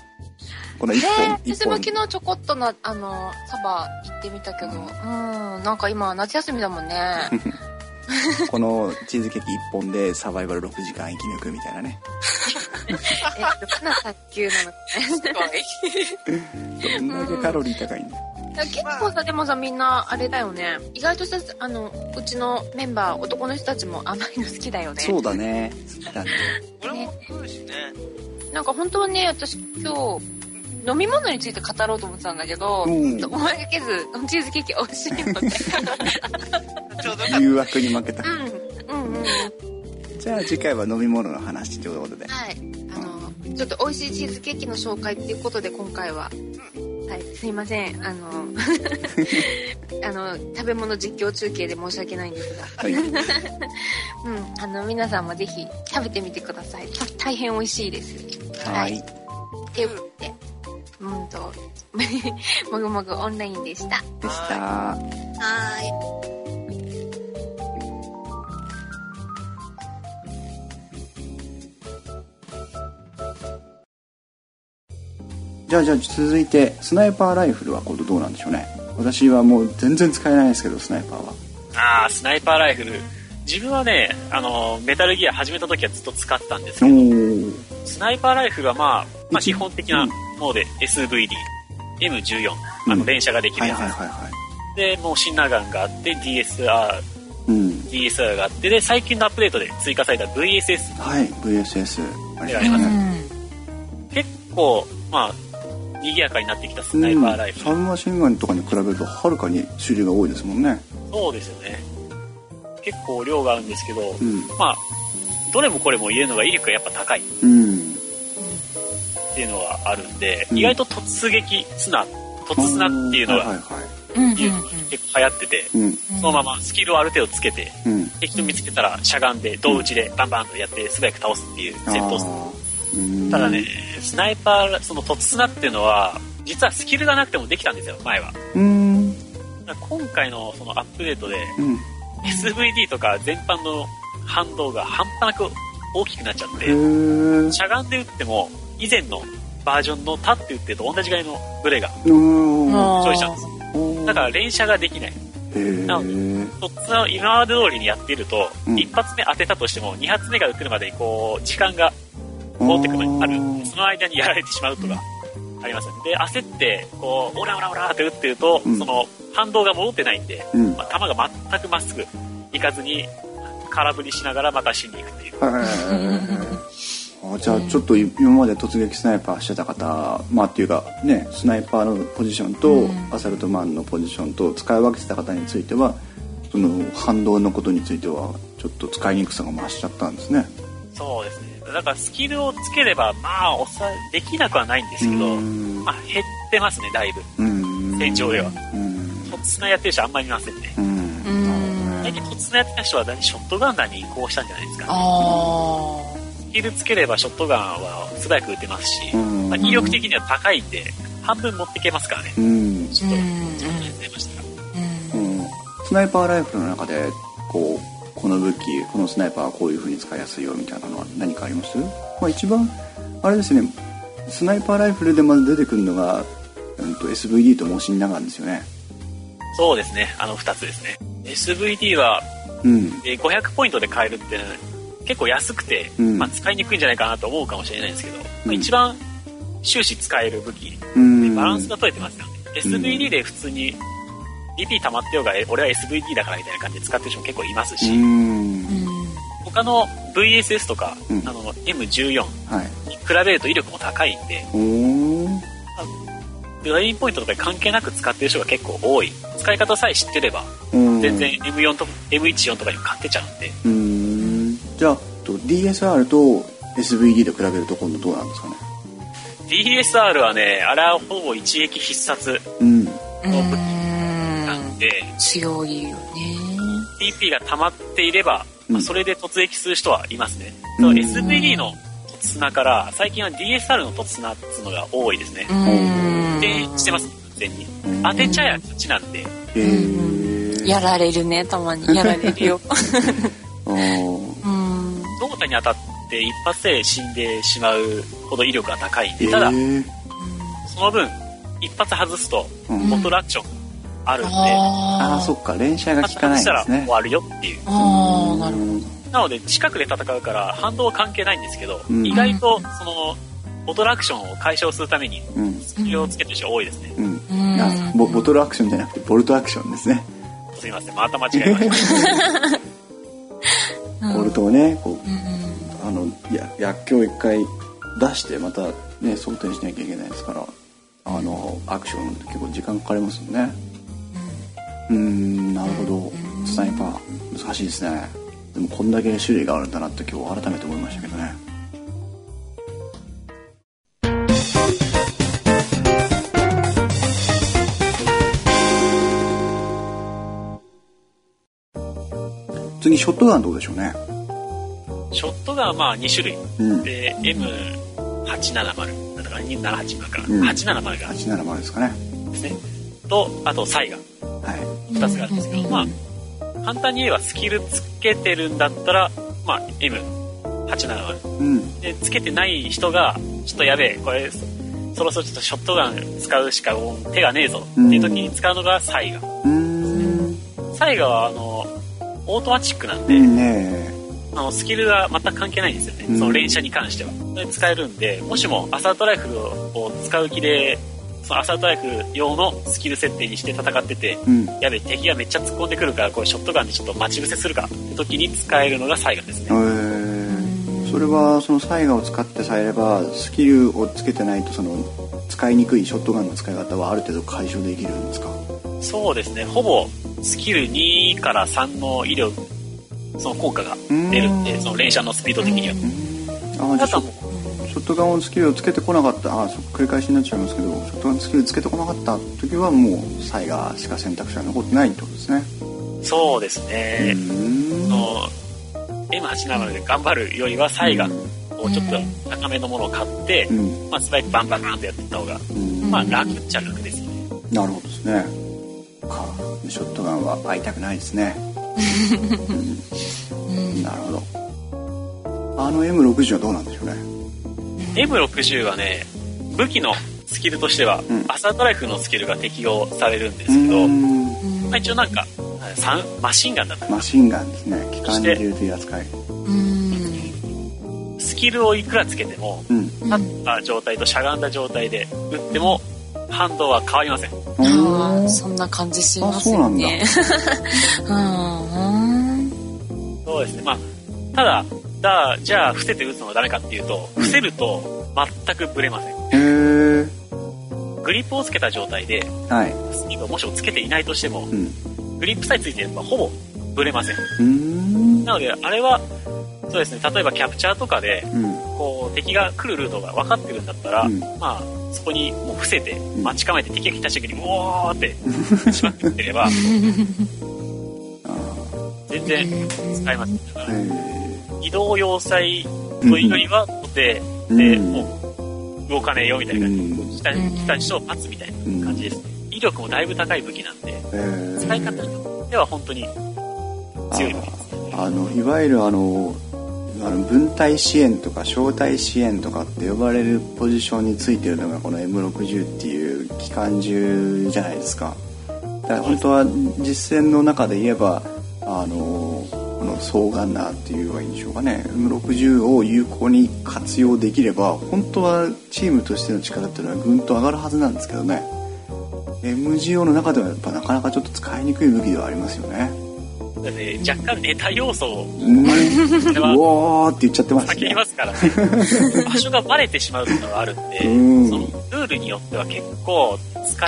B: この一本
E: ね
B: 一
E: 私も
B: 本
E: 昨日ちょこっとなあのサバ行ってみたけどうんなんか今夏休みだも
B: [LAUGHS]
E: んね
B: このチーズケーキ一本でサバイバル6時間生き抜くみたいなね
E: えどんな卓球なのか
B: どんだけカロリー高いんだよ
E: ね結構さでもさみんなあれだよね意外とさあのうちのメンバー男の人たちも甘いの好きだよね
B: そうだね好きだね
A: 俺も食うしね。
E: なんか本当はね私今日飲み物について語ろうと思ってたんだけど、
B: うん
E: 思いがけずチーズケーキ美味しいの
B: [LAUGHS]
E: で
A: ちょうどよかっ
B: 誘惑に負けた
E: うんうんうんは
B: じゃあ次回は飲み物の話ということで
E: いあのちょっと美味しいチーズケーキの紹介っていうことで今回は、はい、すいませ
C: [LAUGHS]
E: んあのあの食べ物実況中継で申し訳ないんですが、
B: はい
E: うん、あの皆さんもぜひ食べてみてくださいた大変美味しいです
B: はい
E: ということでうんと [LAUGHS] もぐもぐオンラインでした
B: でした
D: はーい
B: じゃあじゃあ続いてスナイパーライフルは今度どうなんでしょうね私はもう全然使えないですけどスナイパーは
G: ああ、スナイパーライフル。自分はね、あの、メタルギア始めた時はずっと使ったんです
B: お
G: けど、
B: ー
G: スナイパーライフルはまあ、まあ
B: 一
G: 基本的なもので SVD、M14、あ
B: う
G: の、
B: ん
G: 連射ができ
B: は
G: る
B: い
G: やつ
B: はいはいはい
G: で、もうシンナーガンがあって、DSR、
B: うん。
G: DSR があって、で、最近のアップデートで追加された VSS
B: はい、VSS。あ
G: であります
B: ね。
G: 結構、まあ、賑やかになってきたスナイパーライフ
B: サ
G: ル。
B: ブマシンガンとかに比べると、はるかに種類が多いですもんね。
G: そうですよね。結構量があるんですけど、
B: うん。
G: まあ、どれもこれも入れるのが威力がやっぱ高いっ
B: うん。
G: ていうのがあるんで、
B: うん
G: 意外と突撃スナ、突スナっていうの
B: は
G: が
B: いはいは
G: いう結構流行ってて、
B: い。うん。
G: そのままスキルをある程度つけて、
B: うん。
G: 敵と見つけたらしゃがんで、胴打ちでバンバンとやって素早く倒すっていう戦闘ス
B: あーうん
G: ただね、スナイパー、その突スナっていうのは、実はスキルがなくてもできたんですよ、前は。
B: うん。
G: だから今回のそのアップデートで、
B: うん。
G: SVD とか全般の反動が半端なく大きくなっちゃって、
B: へー
G: しゃがんで打っても、以前のバージョンの立って打ってと同じぐらいのブレが
B: うん。
G: 生じちゃうんですよ。
B: おー
G: だから連射ができない。
B: へー
G: なそっちの今まで通りにやっていると、
B: うん
G: 一発目当てたとしても、二発目が打てるまでにこう、時間が戻ってくるのにあるんで。その間にやられてしまうとか、ありますよね。で、焦って、こう、オラオラオラって打ってると、
B: うん
G: その反動が戻ってないんで、
B: うん。
G: まあ、球が全くまっすぐ行かずに空振りしながらまた死に行くっていう
B: あじゃあちょっと今まで突撃スナイパーしてた方まあっていうかねスナイパーのポジションとアサルトマンのポジションと使い分けてた方についてはその反動のことについてはちょっと使いにくさが増しちゃったんですね。
G: そうですねだからスキルをつければまあ抑えできなくはないんですけど、
B: ん
G: まあ、減ってますねだいぶ
B: うん
G: 戦場では
B: うん
G: 突然やってる人あんまりいませんね
B: うん
G: 大体突然やってた人は何ショットガンだに移行したんじゃないですか、ね、
C: あ
G: スキルつければショットガンは素早く打てますし、
B: うん
G: まあ、威力的には高いんで半分持っていけますからね
B: うん
G: ちょっと出ました
B: うんスナイパーライフルの中でこうこの武器このスナイパーはこういう風に使いやすいよみたいなのは何かあります、まあ、一番あれですねスナイパーライフルでまず出てくるのが、うん、と SVD とモシンナガンですよね
G: そうですねあの2つですね SVD は
B: うん
G: えー500ポイントで買えるって結構安くて、
B: うん
G: まあ、使いにくいんじゃないかなと思うかもしれないんですけど、まあ
B: うん
G: 一番終始使える武器
B: うん
G: バランスが取れてますよね、SVD で普通に DP 溜まってようがえ俺は SVD だからみたいな感じで使ってる人も結構います
B: う
G: し、
B: ん
G: 他の VSS とか、
B: うん
G: あの M14
B: はい
G: に比べると威力も高いんで
B: おー
G: ドラインポイントとかに関係なく使ってる人が結構多い使い方さえ知ってれば
B: うん
G: 全然 M4 と M14 とかにも買ってちゃうんで
B: うんじゃあと DSR と SVD と比べると今度どうなんですかね
G: DSR はねあれはほぼ一撃必殺
B: うん
G: の武
C: う
G: 器なん
C: ん
G: で、
C: 強いよね
G: TP が溜まっていれば、
B: うん
G: まあそれで突撃する人はいますね。
B: うん
G: その SVD の突砂から、最近は DSR の突砂っつうのが多いですね
C: う。ん
G: で、してます、完全に。当てちゃえば勝ちなんで、
B: へえ
C: やられるねたまにやられるよ
B: あー
C: うん
G: 胴体に当たって一発で死んでしまうほど威力が高いんで、た
B: へ、
G: だ
B: ー
G: その分、一発外すと、
B: うん
G: ボトルアクションあるんで、
B: ああ
C: あ
B: そっか連射が
G: 一
B: 効か
G: 発外
B: ないん
G: し
B: で
G: たら
B: す
G: 終
B: ね
G: わるよっていう。
C: あーなるほど
G: なので、近くで戦うから反動は関係ないんですけど、
B: うん
G: 意外と、その、ボトルアクションを解消するために、
B: うん
G: スキルをつけてる人多いですね。
B: うん
C: うん
B: あボボトルアクションじゃなくてボルトアクションですね
G: すみません、また間違えました。
B: [LAUGHS]
C: うん
B: ボルトをねこ
C: う
B: うんあのや薬莢を一回出してまたね装填しなきゃいけないですからあのアクション結構時間かかりますよねうーんなるほどスナイパー難しいですねでもこんだけ種類があるんだなって今日改めて思いましたけどね次ショットガンどうでしょうね
G: ショットガンはまあ2種類。
B: うん
G: で、M870、だから278か、
B: うん
G: 870が
B: 870ですかね
G: ですね。と、あと、サイが
B: は
G: 2つがあるんですけど、まあ、簡単に言えばスキルつけてるんだったら、まあ、
B: い
G: M870。
B: うん
G: で、つけてない人が、ちょっとやべえ、これ、そろそろちょっとショットガン使うしかもう手がねえぞっていう時に使うのがサイガ。
B: うーん
G: サイガは、あの、オートマチックなん
B: う
G: で、
B: んねえ
G: あのスキルが全く関係ないんですよね、
B: うん
G: その連射に関しては。それ使えるんで、もしもアサルトライフルを使う気で、そのアサルトライフル用のスキル設定にして戦ってて、
B: うん
G: やべ、敵がめっちゃ突っ込んでくるから、これショットガンでちょっと待ち伏せするかって時に使えるのがサイガです
B: え
G: ね。
B: ーそれはそのサイガを使ってさえればスキルをつけてないとその使いにくいショットガンの使い方はある程度解消できるんですか
G: そうですね、ほぼスキル2から3の威力、その効果が出るん
B: う
G: で、
B: ん
G: その連射のスピード的には。
B: ああじゃ
G: あ
B: あショ
G: とはもう
B: ショットガンをスキルをつけてこなかったああそ繰り返しになっちゃいますけどショットガンスキルつけてこなかった時はもうサイガしか選択肢が残ってないってことですね
G: そうですね、
B: う
G: その M87 で頑張るよりはサイガをちょっと高めのものを買って、
B: ーん
G: まあ、スパイクバンバンバンとやっていった方が、
B: うんうん
G: まあ、楽っちゃ楽ですよね。
B: なるほどですねかショットガンは会いたくないですね、うんなるほどあの M60 はどうなんでしょうね
G: M60 はね、武器のスキルとしては、
B: うん
G: アサートライフルのスキルが適用されるんで
B: う
G: すけど、
B: ん
G: まあ、一応なんか、サンマシンガンだったり
B: マシンガンですね機関銃という扱い
G: スキルをいくらつけても、
B: うん
G: 立った状態としゃがんだ状態で撃っても、反動は変わりません。
C: あ
B: う
C: ー
B: ん
C: そんな感じし
B: あ
C: ます
B: そうな
C: よ
B: んだ
C: ね。うん。
G: そうですね。まあ、ただ、だじゃあ、伏せて撃つのはダメかっていうと、伏せると全くブレません。
B: へえ
G: グリップをつけた状態で、
B: はい
G: スピードもしもつけていないとしても
B: う、ん
G: グリップさえついてればほぼブレません。
B: うーん
G: なので、あれは、そうですね、例えばキャプチャーとかで、
B: うん
G: こう、敵が来るルートが分かってるんだったら、
B: うん
G: まあ、そこにもう伏せて、
B: ん
G: 待ち構えて敵が来た瞬間に、うおーって、しまってってれば、全然使えます。だから
B: へ
G: 移動要塞というよりは、で、
B: うん
G: で、
B: うん
G: もう、動かねえよみたいな感じで、来た来た人を待つみたいな感じですね。威力もだいぶ高い武器なんで、
B: えへ
G: 使い方によっては本当に強い武器ですね。
B: えあのいわゆるあのあの分隊支援とか招待支援とかって呼ばれるポジションについてるのがこの M60 っていう機関銃じゃないですかだから本当は実戦の中で言えばあのこの総ガンナーっていうのがいいんでしょうかね M60 を有効に活用できれば本当はチームとしての力っていうのはぐんと上がるはずなんですけどね MGO の中ではやっぱなかなかちょっと使いにくい武器ではありますよね。
G: だって若干ネタ要素を
B: うん、う
G: れは
B: おーって言っちゃってます
G: 避け
B: ね
G: れ。ま
B: [LAUGHS]
G: すからね場所がバレてしまうっていうのがあるんで
B: うん
G: そのルールによっては結構使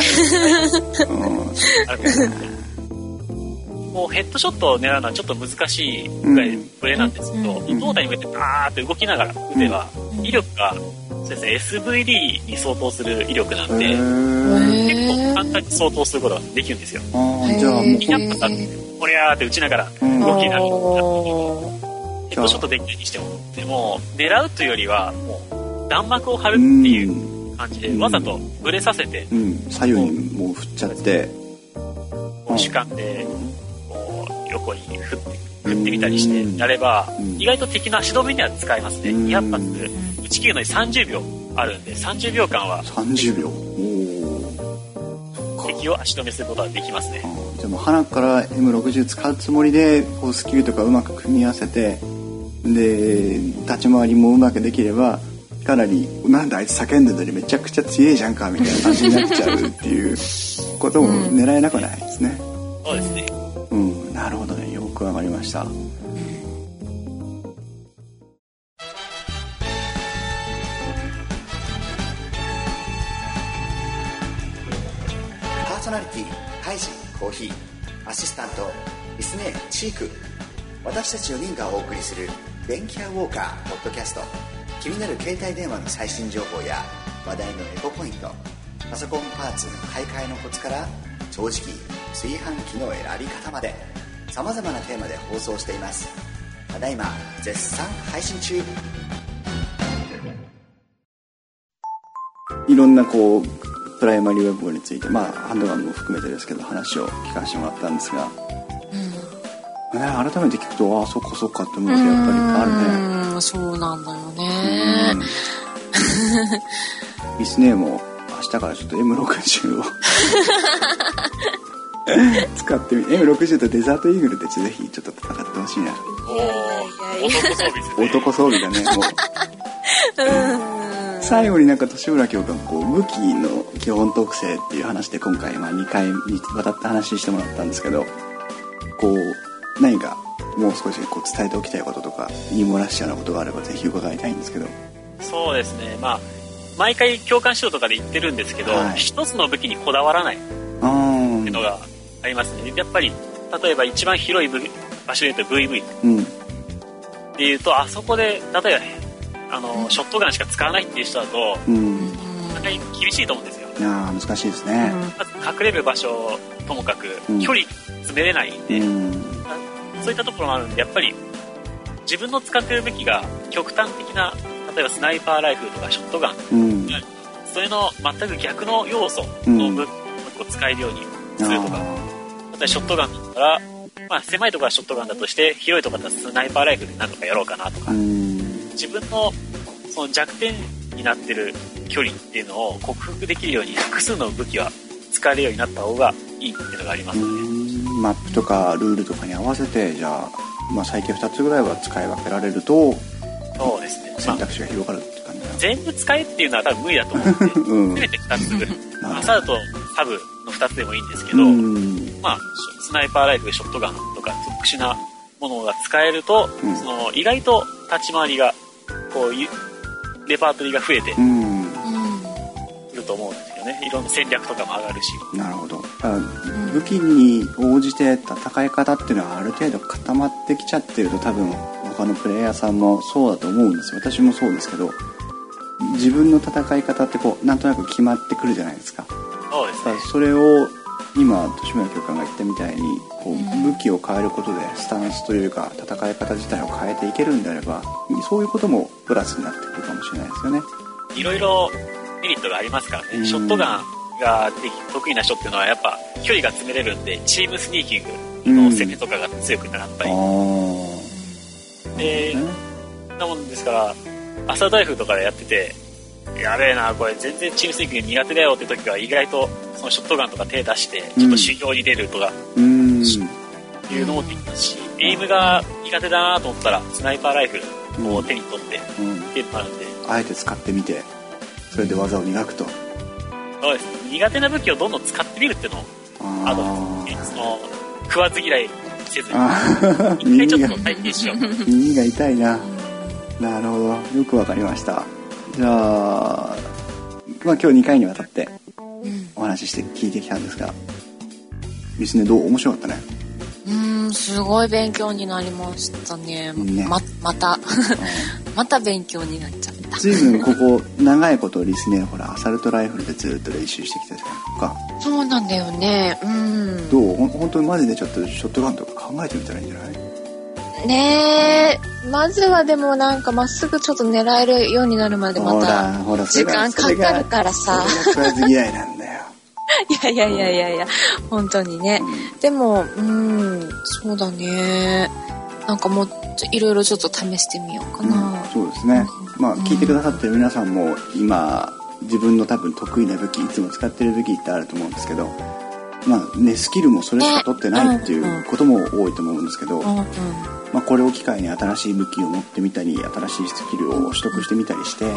G: える
B: う
G: あるんですよねもうヘッドショットを狙うのはちょっと難しいぐらいブレなんですけど、
B: ん
G: 胴体に向けてバーって動きながら打てば、威力がそうですね SVD に相当する威力なん
B: ん。
G: で、
B: へー
G: 結構簡単に相当することができるんですよ。
B: あーじゃあもう
G: キャップだって、こりゃーって打ちながら
B: うん
G: 動きながら、
C: お
G: ヘッドショットできないにしても、でも、狙うというよりは、もう、弾幕を張る
B: う
G: って
B: ん
G: いう感じで、わざとブレさせて、
B: うん、左右にもう振っちゃって
G: こう主観で、こう、横に振って、振ってみたりして、やれば
B: うん、
G: 意外と敵の足止めには使えますね。
B: うん
G: 200発、打ち切るのに30秒あるんで、30秒間は
B: 30秒おお
G: 敵を足止めすることはできますね。
B: じゃあもう花から M60 使うつもりでこうスキルとかうまく組み合わせてで立ち回りもうまくできればかなり「なんだあいつ叫んでるのにめちゃくちゃ強えじゃんか」みたいな感じになっちゃうっていうことも狙えなくないですね。
G: そうですね。
B: うん、なるほどねよくわかりました。
I: パーソナリティハイジコーヒーアシスタントリスネーチーク私たち4人がお送りする「電気屋ウォーカー」ポッドキャスト気になる携帯電話の最新情報や話題のエコポイントパソコンパーツ買い替えのコツから掃除機炊飯器の選び方までさまざまなテーマで放送していますただいま絶賛配信中
B: いろんなこうプライマリーウェブについて、まあ、ハンドガンも含めてですけど話を聞かせてもらったんですが、ね改めて聞くとああそっかそっかって思うことやっぱりいっぱいあるね
C: ーそうなんだよね。
B: うんミスネーも明日からちょっと M60 を使ってみ M60 とデザートイーグルでぜひちょっと戦ってほしいな
G: おー男装備ですね。
B: 男装備 [LAUGHS] がねもう最後になんか年村教官こう武器の基本特性っていう話で今回まあ2回にわたって話してもらったんですけどこう何かもう少しこう伝えておきたいこととか言い漏らしちゃうようなことがあればぜひ伺いたいんですけど
G: そうですね。まあ、毎回共感しようとかで言ってるんですけど
B: は、い
G: 一つの武器にこだわらない。
B: あ
G: っていうの
B: ー
G: がありますね。やっぱり、例えば一番広い部場所で言うと VV っ
B: うん
G: ていうと、あそこで、例えば、あの、ショットガンしか使わないっていう人だと、
B: うん
G: なかなか厳しいと思うんですよ。
B: いやー難しいですね
G: まず隠れる場所、ともかく
B: うん、
G: 距離詰めれないん
B: う
G: で、
B: ん
G: そういったところもあるんで、やっぱり、自分の使ってる武器が極端的な、例えばスナイパーライフルとかショットガン、
B: うん
G: それの全く逆の要素の武器を使えるようにするとか、
B: あ
G: 例えばショットガンだったら、まあ、狭いところはショットガンだとして広いところだったらスナイパーライフルで何とかやろうかなと
B: ー
G: か
B: うん
G: 自分のその弱点になってる距離っていうのを克服できるように複数の武器は使えるようになった方がいいっていうのがあります
B: う
G: ね、
B: んマップとかルールとかに合わせてじゃあまあ最低2つぐらいは使い分けられると
G: そうですね、ま
B: 選
G: あ、
B: 択肢が広がるって感じだ
G: 全部使えっていうのは多分無理だと思うんで
B: うん
G: せめて2つ
B: なるほど
G: アサルトサブの2つでもいいんですけど、
B: うん
G: まあ、スナイパーライフルショットガンとか特殊なものが使えると、
B: うん
G: その意外と立ち回りがこういうレパートリーが増えて
B: うん
G: くると思うんですよねいろんな戦略とかも上がるし
B: なるほどあ武器に応じて戦い方っていうのはある程度固まってきちゃってると多分他のプレイヤーさんもそうだと思うんですよ私もそうですけど自分の戦い方ってこうなんとなく決まってくるじゃないですか
G: そうです
B: だか
G: ね
B: らそれを今利村教官が言ったみたいにこう武器を変えることでスタンスというか戦い方自体を変えていけるんであればそういうこともプラスになってくるかもしれないですよね
G: いろいろメリットがありますからね、
B: うん
G: ショットガンができ得意な人っていうのはやっぱ距離が詰めれるんでチームスニーキングの攻めとかが強くなったり、でなもんですから朝ライフルとかでやっててやべえなこれ全然チームスイング苦手だよって時は意外とそそのショットガンとか手出してちょっと修行に出るとか
B: うん
G: いうのもできたし、エイムが苦手だなと思ったらスナイパーライフルを手に取って
B: うん
G: っていうのもあるんで
B: あえて使ってみてそれで技を磨くと
G: そうです苦手な武器をどんどん使ってみるっていうのもあとその食わず嫌いせずに
B: あー
G: 一回
B: 耳 [LAUGHS]
G: ちょ
B: が
G: っと体
C: [LAUGHS]
G: 験しよう
B: 耳が痛いななるほどよくわかりましたじゃあ,、まあ今日2回にわたってお話しして聞いてきたんですがミスネどう面白かったね
C: うんすごい勉強になりましたね
B: ね
C: ままた [LAUGHS] また勉強になっちゃった
B: 随分ここ長いことリスネほらアサルトライフルでずっと練習してきたじゃんか
C: そうなんだよねうん
B: どうほん本当にマジでちょっとショットガンとか考えてみたらいいんじゃない
C: ねえまずはでもなんかまっすぐちょっと狙えるようになるまでま
B: ほら
C: た
B: ほらそれ
C: 時
B: が
C: 間
B: それ
C: か
B: が
C: かるからさ
B: それが食わず嫌いなんだよ
C: [LAUGHS] いやいやいやいやいや本当にねでもうんそうだねなんかもうちょいろいろちょっと試してみようか [LAUGHS] な、
B: そうですね、まあ聞いてくださってる皆さんも今自分の多分得意な武器いつも使ってる武器ってあると思うんですけどまあねスキルもそれしか取ってないっていうことも多いと思うんですけど、
C: うんうん
B: まあ、これを機会に新しい武器を持ってみたり新しいスキルを取得してみたりしてこ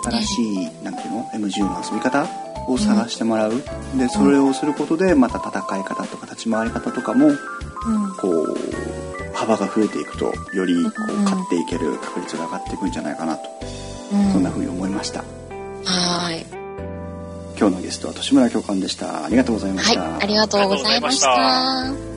B: う新しいなんていうの M10 の遊び方を探してもらう、でそれをすることでまた戦い方とか立ち回り方とかもこう幅が増えていくとよりこう勝っていける確率が上がっていくんじゃないかなと、そんな風に思いました
C: はーい
B: 今日のゲストは利村教官でしたありがとうございました、
C: はいありがとうございまし
G: ありがとうござい
C: た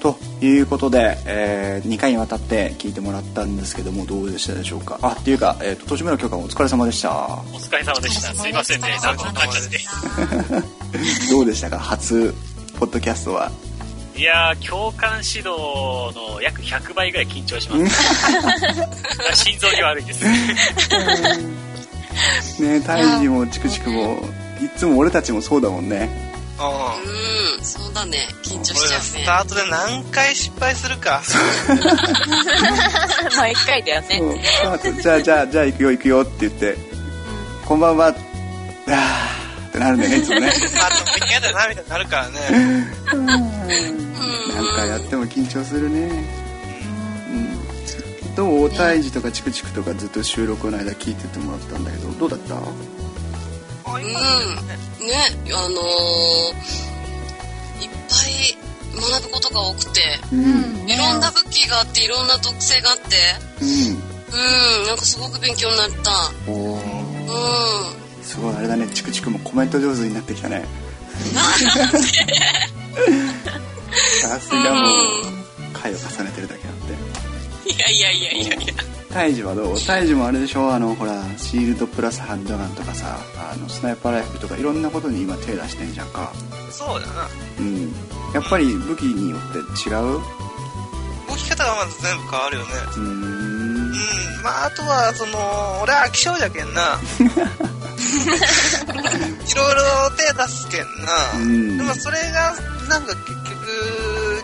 B: ということで、え2回にわたって聞いてもらったんですけどもどうでしたでしょうかあっていうか、えー、と利村教官お疲れ様
C: [LAUGHS]
B: でした
G: お疲れ様でしたすいませんねなんとかなっちゃっ
B: どうでしたか初ポッドキャストは
G: ていやー共感指導の約100倍ぐらい緊張しま
B: [LAUGHS]
G: す心臓に悪いです
B: ね胎児もチクチクもいつも俺たちもそうだもんね
A: あ
D: うーん、そうだね。緊張
A: あ
D: しちゃ
A: ス
D: うね。
A: タートで何回失敗するか。
C: 毎回だよね
B: そうスタートじゃあじゃあじゃあ行くよ行くよって言って「こんばんは」あーってなるんだよ [LAUGHS] ねいつもね
A: あと嫌だなみたいになるからね。
B: 何回やっても緊張するねうんどう胎児とかチクチクとかずっと収録の間聞いててもらったんだけどどうだった
D: うん。ね、あのー、いっぱい学ぶことが多くて、
B: うん
D: いろんな武器があって、いろんな特性があって、うん、なんかすごく勉強になった。
B: うんおー
D: うん。
B: すごいあれだねチクチクもコメント上手になってきたね [LAUGHS] さすがもう回を重ねてるだけあって
D: いやいやいやいやいや。
B: 胎児はどう胎児もあれでしょあのほらシールドプラスハンドガンとかさあのスナイパーライフルとかいろんなことに今手出してんじゃんか
A: そうだな。
B: うんやっぱり武器によって違うう
A: 動き方がまず全部変わるよね。
B: ーん
A: うん。まああとはその俺は飽き性じゃけん
B: [LAUGHS]
A: な。いろいろ手出すけ
B: うん
A: な。
B: ん
A: でもそれがなんか結局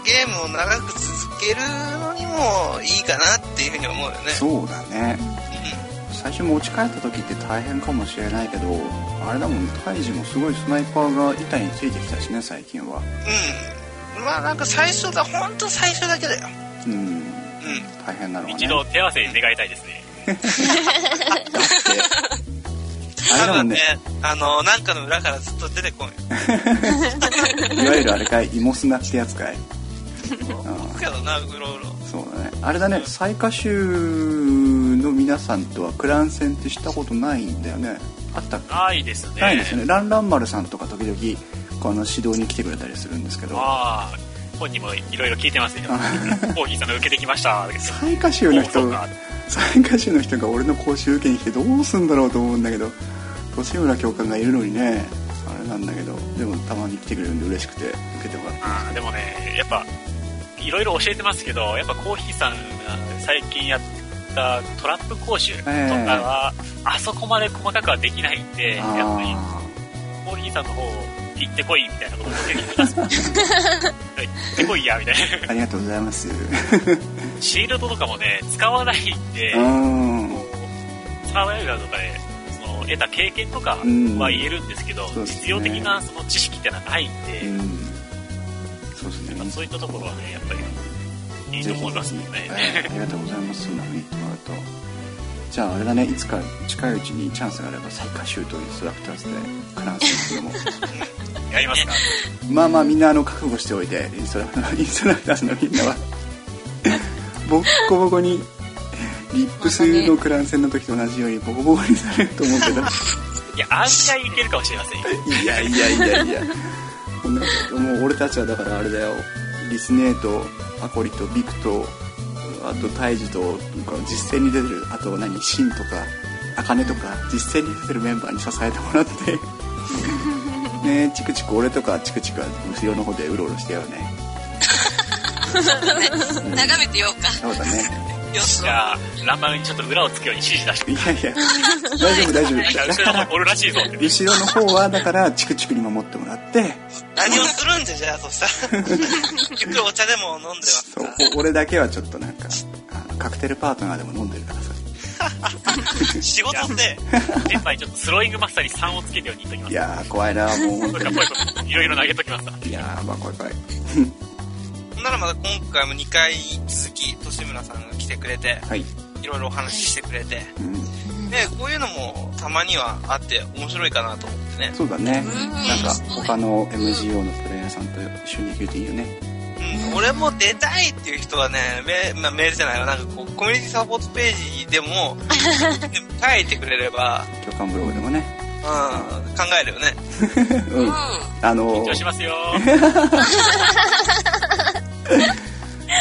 A: ゲームを長く続けるのにもいいかなっていうふうに思うよね。
B: そうだね最初持ち帰った時って大変かもしれないけどあれだもん胎児もすごいスナイパーが板についてきたしね最近は
A: うん。まあなんか最初が本当最初だけだよ。
B: うん
A: うん。
B: 大変なのがね
G: 一度手合わせ願いたいですね
B: あれ
A: 多
B: だもん
A: 分
B: ね
A: [LAUGHS] ね、あの、なんかの裏からずっと出てこんよ。
B: いわゆるあれかい芋砂ってやつかい
A: けどな、うろうろ。
B: そうだねあれだね最下州の皆さんとはクラン戦ってしたことないんだよねあったっけ
G: ないですね
B: ないですよねランラン丸さんとか時々この指導に来てくれたりするんですけど
G: まあ本人もいろいろ聞いてますよコーヒーさんの受けてきましただけど
B: 最下州の
G: そ
B: 人
G: うか
B: 最下州の人が俺の講習受けに来てどうすんだろうと思うんだけど年村教官がいるのにねあれなんだけどでもたまに来てくれるんで嬉しくて受けてもらって
G: あーでもねやっぱいろいろ教えてますけどやっぱコーヒーさんが最近やったトラップ講習とかは、あそこまで細かくはできないんで、やっぱり、
B: あ
G: お兄さんの方行ってこいみたいなことを言ってきます行ってこいやみたいな
B: ーありがとうございます
G: シールドとかもね使わないんで、
B: うん
G: こうサーバイバルとかでその得た経験とかは
B: うん
G: 言えるんですけど、
B: そうですね
G: 実用的なその知識ってのはないんで、
B: うんそうです
G: やっ
B: ね
G: ぱそういったところはねやっぱりいいと思いますもんね、
B: えーありがとうございますそんな風に言ってもらうとじゃああれだねいつか近いうちにチャンスがあればサッカーシュートインストラクターズでカランス
G: [LAUGHS]
B: でも
G: やりますか
B: まあまあみんなあの覚悟しておいてインストラクターインストラクターズのみんな
G: [LAUGHS]
B: はボッコボコにリップスのクラン戦の時と同じようにボコボコにされると思うけど
G: いや案外いけるかもしれませんよ
B: いやいやいやいやこんなこともう俺たちはだからあれだよリスネーとアコリとビクとあとタイジとこの実践に出てるあと何シンとかアカネとか実践に出てるメンバーに支えても [LAUGHS] らってねえチクチク俺とかチクチクは後ろの方でうろうろしてよね
D: 眺めてようか。
B: そうだね
D: よし
G: じ。ゃあランバルにちょっと裏をつくように指示
B: [LAUGHS]
G: 出して
B: いやいや大丈夫大丈
G: な
B: 夫だ
G: んか後
B: か
G: ろの
B: ら
G: 方おるらしいぞって
B: 後ろの方はだからチクチクに守ってもらって
A: 何をするんじゃ、じゃあ、そした
B: [LAUGHS]
A: ら。結局お茶でも飲んでます
B: そう
A: か。
B: お俺だけはちょっとなんかあのカクテルパートナーでも飲んでるからさ
A: 仕事って、
G: 先輩ちょっとスローイングマスターに3をつけるように言っときま
B: い
G: す
B: やー怖いなもう本
G: そ
B: 当
G: れからこういうこといろいろ投げときますわ
B: にいやーまあ怖い怖い
A: ほんならまだ今回も2回続き、利村さんが来てくれて、
B: はい、
A: いろいろお話ししてくれて、
B: うん、
A: ね、こういうのもたまにはあって面白いかなと思ってね。
B: そうだね
D: うん
B: なんか他の MGO のプレイヤーさんと一緒にできるといいよね
A: うん、俺も出たいっていう人はね、メ,、まあ、メールじゃないわ、なんかこう、コミュニティサポートページでも、でも書いてくれれば、
B: 共感ブログでもね
A: うん、考えるよね。
B: う
D: うんん。
B: あの
G: 緊張し
B: ー
G: ますよ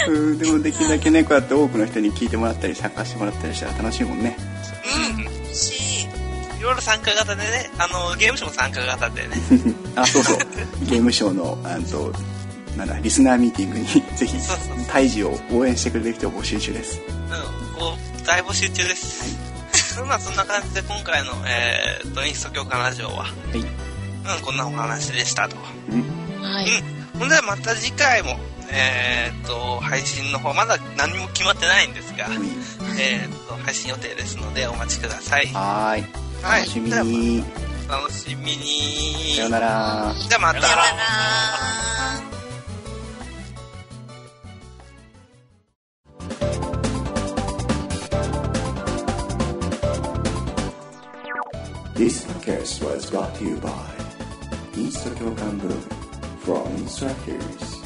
B: うんでもできるだけねこうやって多くの人に聞いてもらったり参加してもらったりしたら楽しいもんね
A: うん、
D: 欲しい。
A: いろいろ参加型でね、あの、ゲームショーも参加型でね、
B: あそうそうゲームショーのあんとなんだリスナーミーティングにぜひ
A: そう
B: [LAUGHS]
A: そう
B: 胎児を応援してくれる人を募集中です
A: うん、こう、大募集中です。 [LAUGHS] まあ、そんな感じで今回の、えーっと、インスト教科ラジオは、
B: い
A: うん、こんなお話でしたと。
C: はい。
A: ほんで、また次回も、えーっと、配信の方、まだ何も決まってないんですが、
B: うい
A: えーっと、配信予定ですので、お待ちください。
B: はーい
A: はい
B: 楽しみ
A: じゃあ
B: に
A: 楽しみに。
B: さよなら
A: じゃあまた。
G: さよなら
D: あー。
I: This podcast was brought to you by Instructor Kanburu from instructors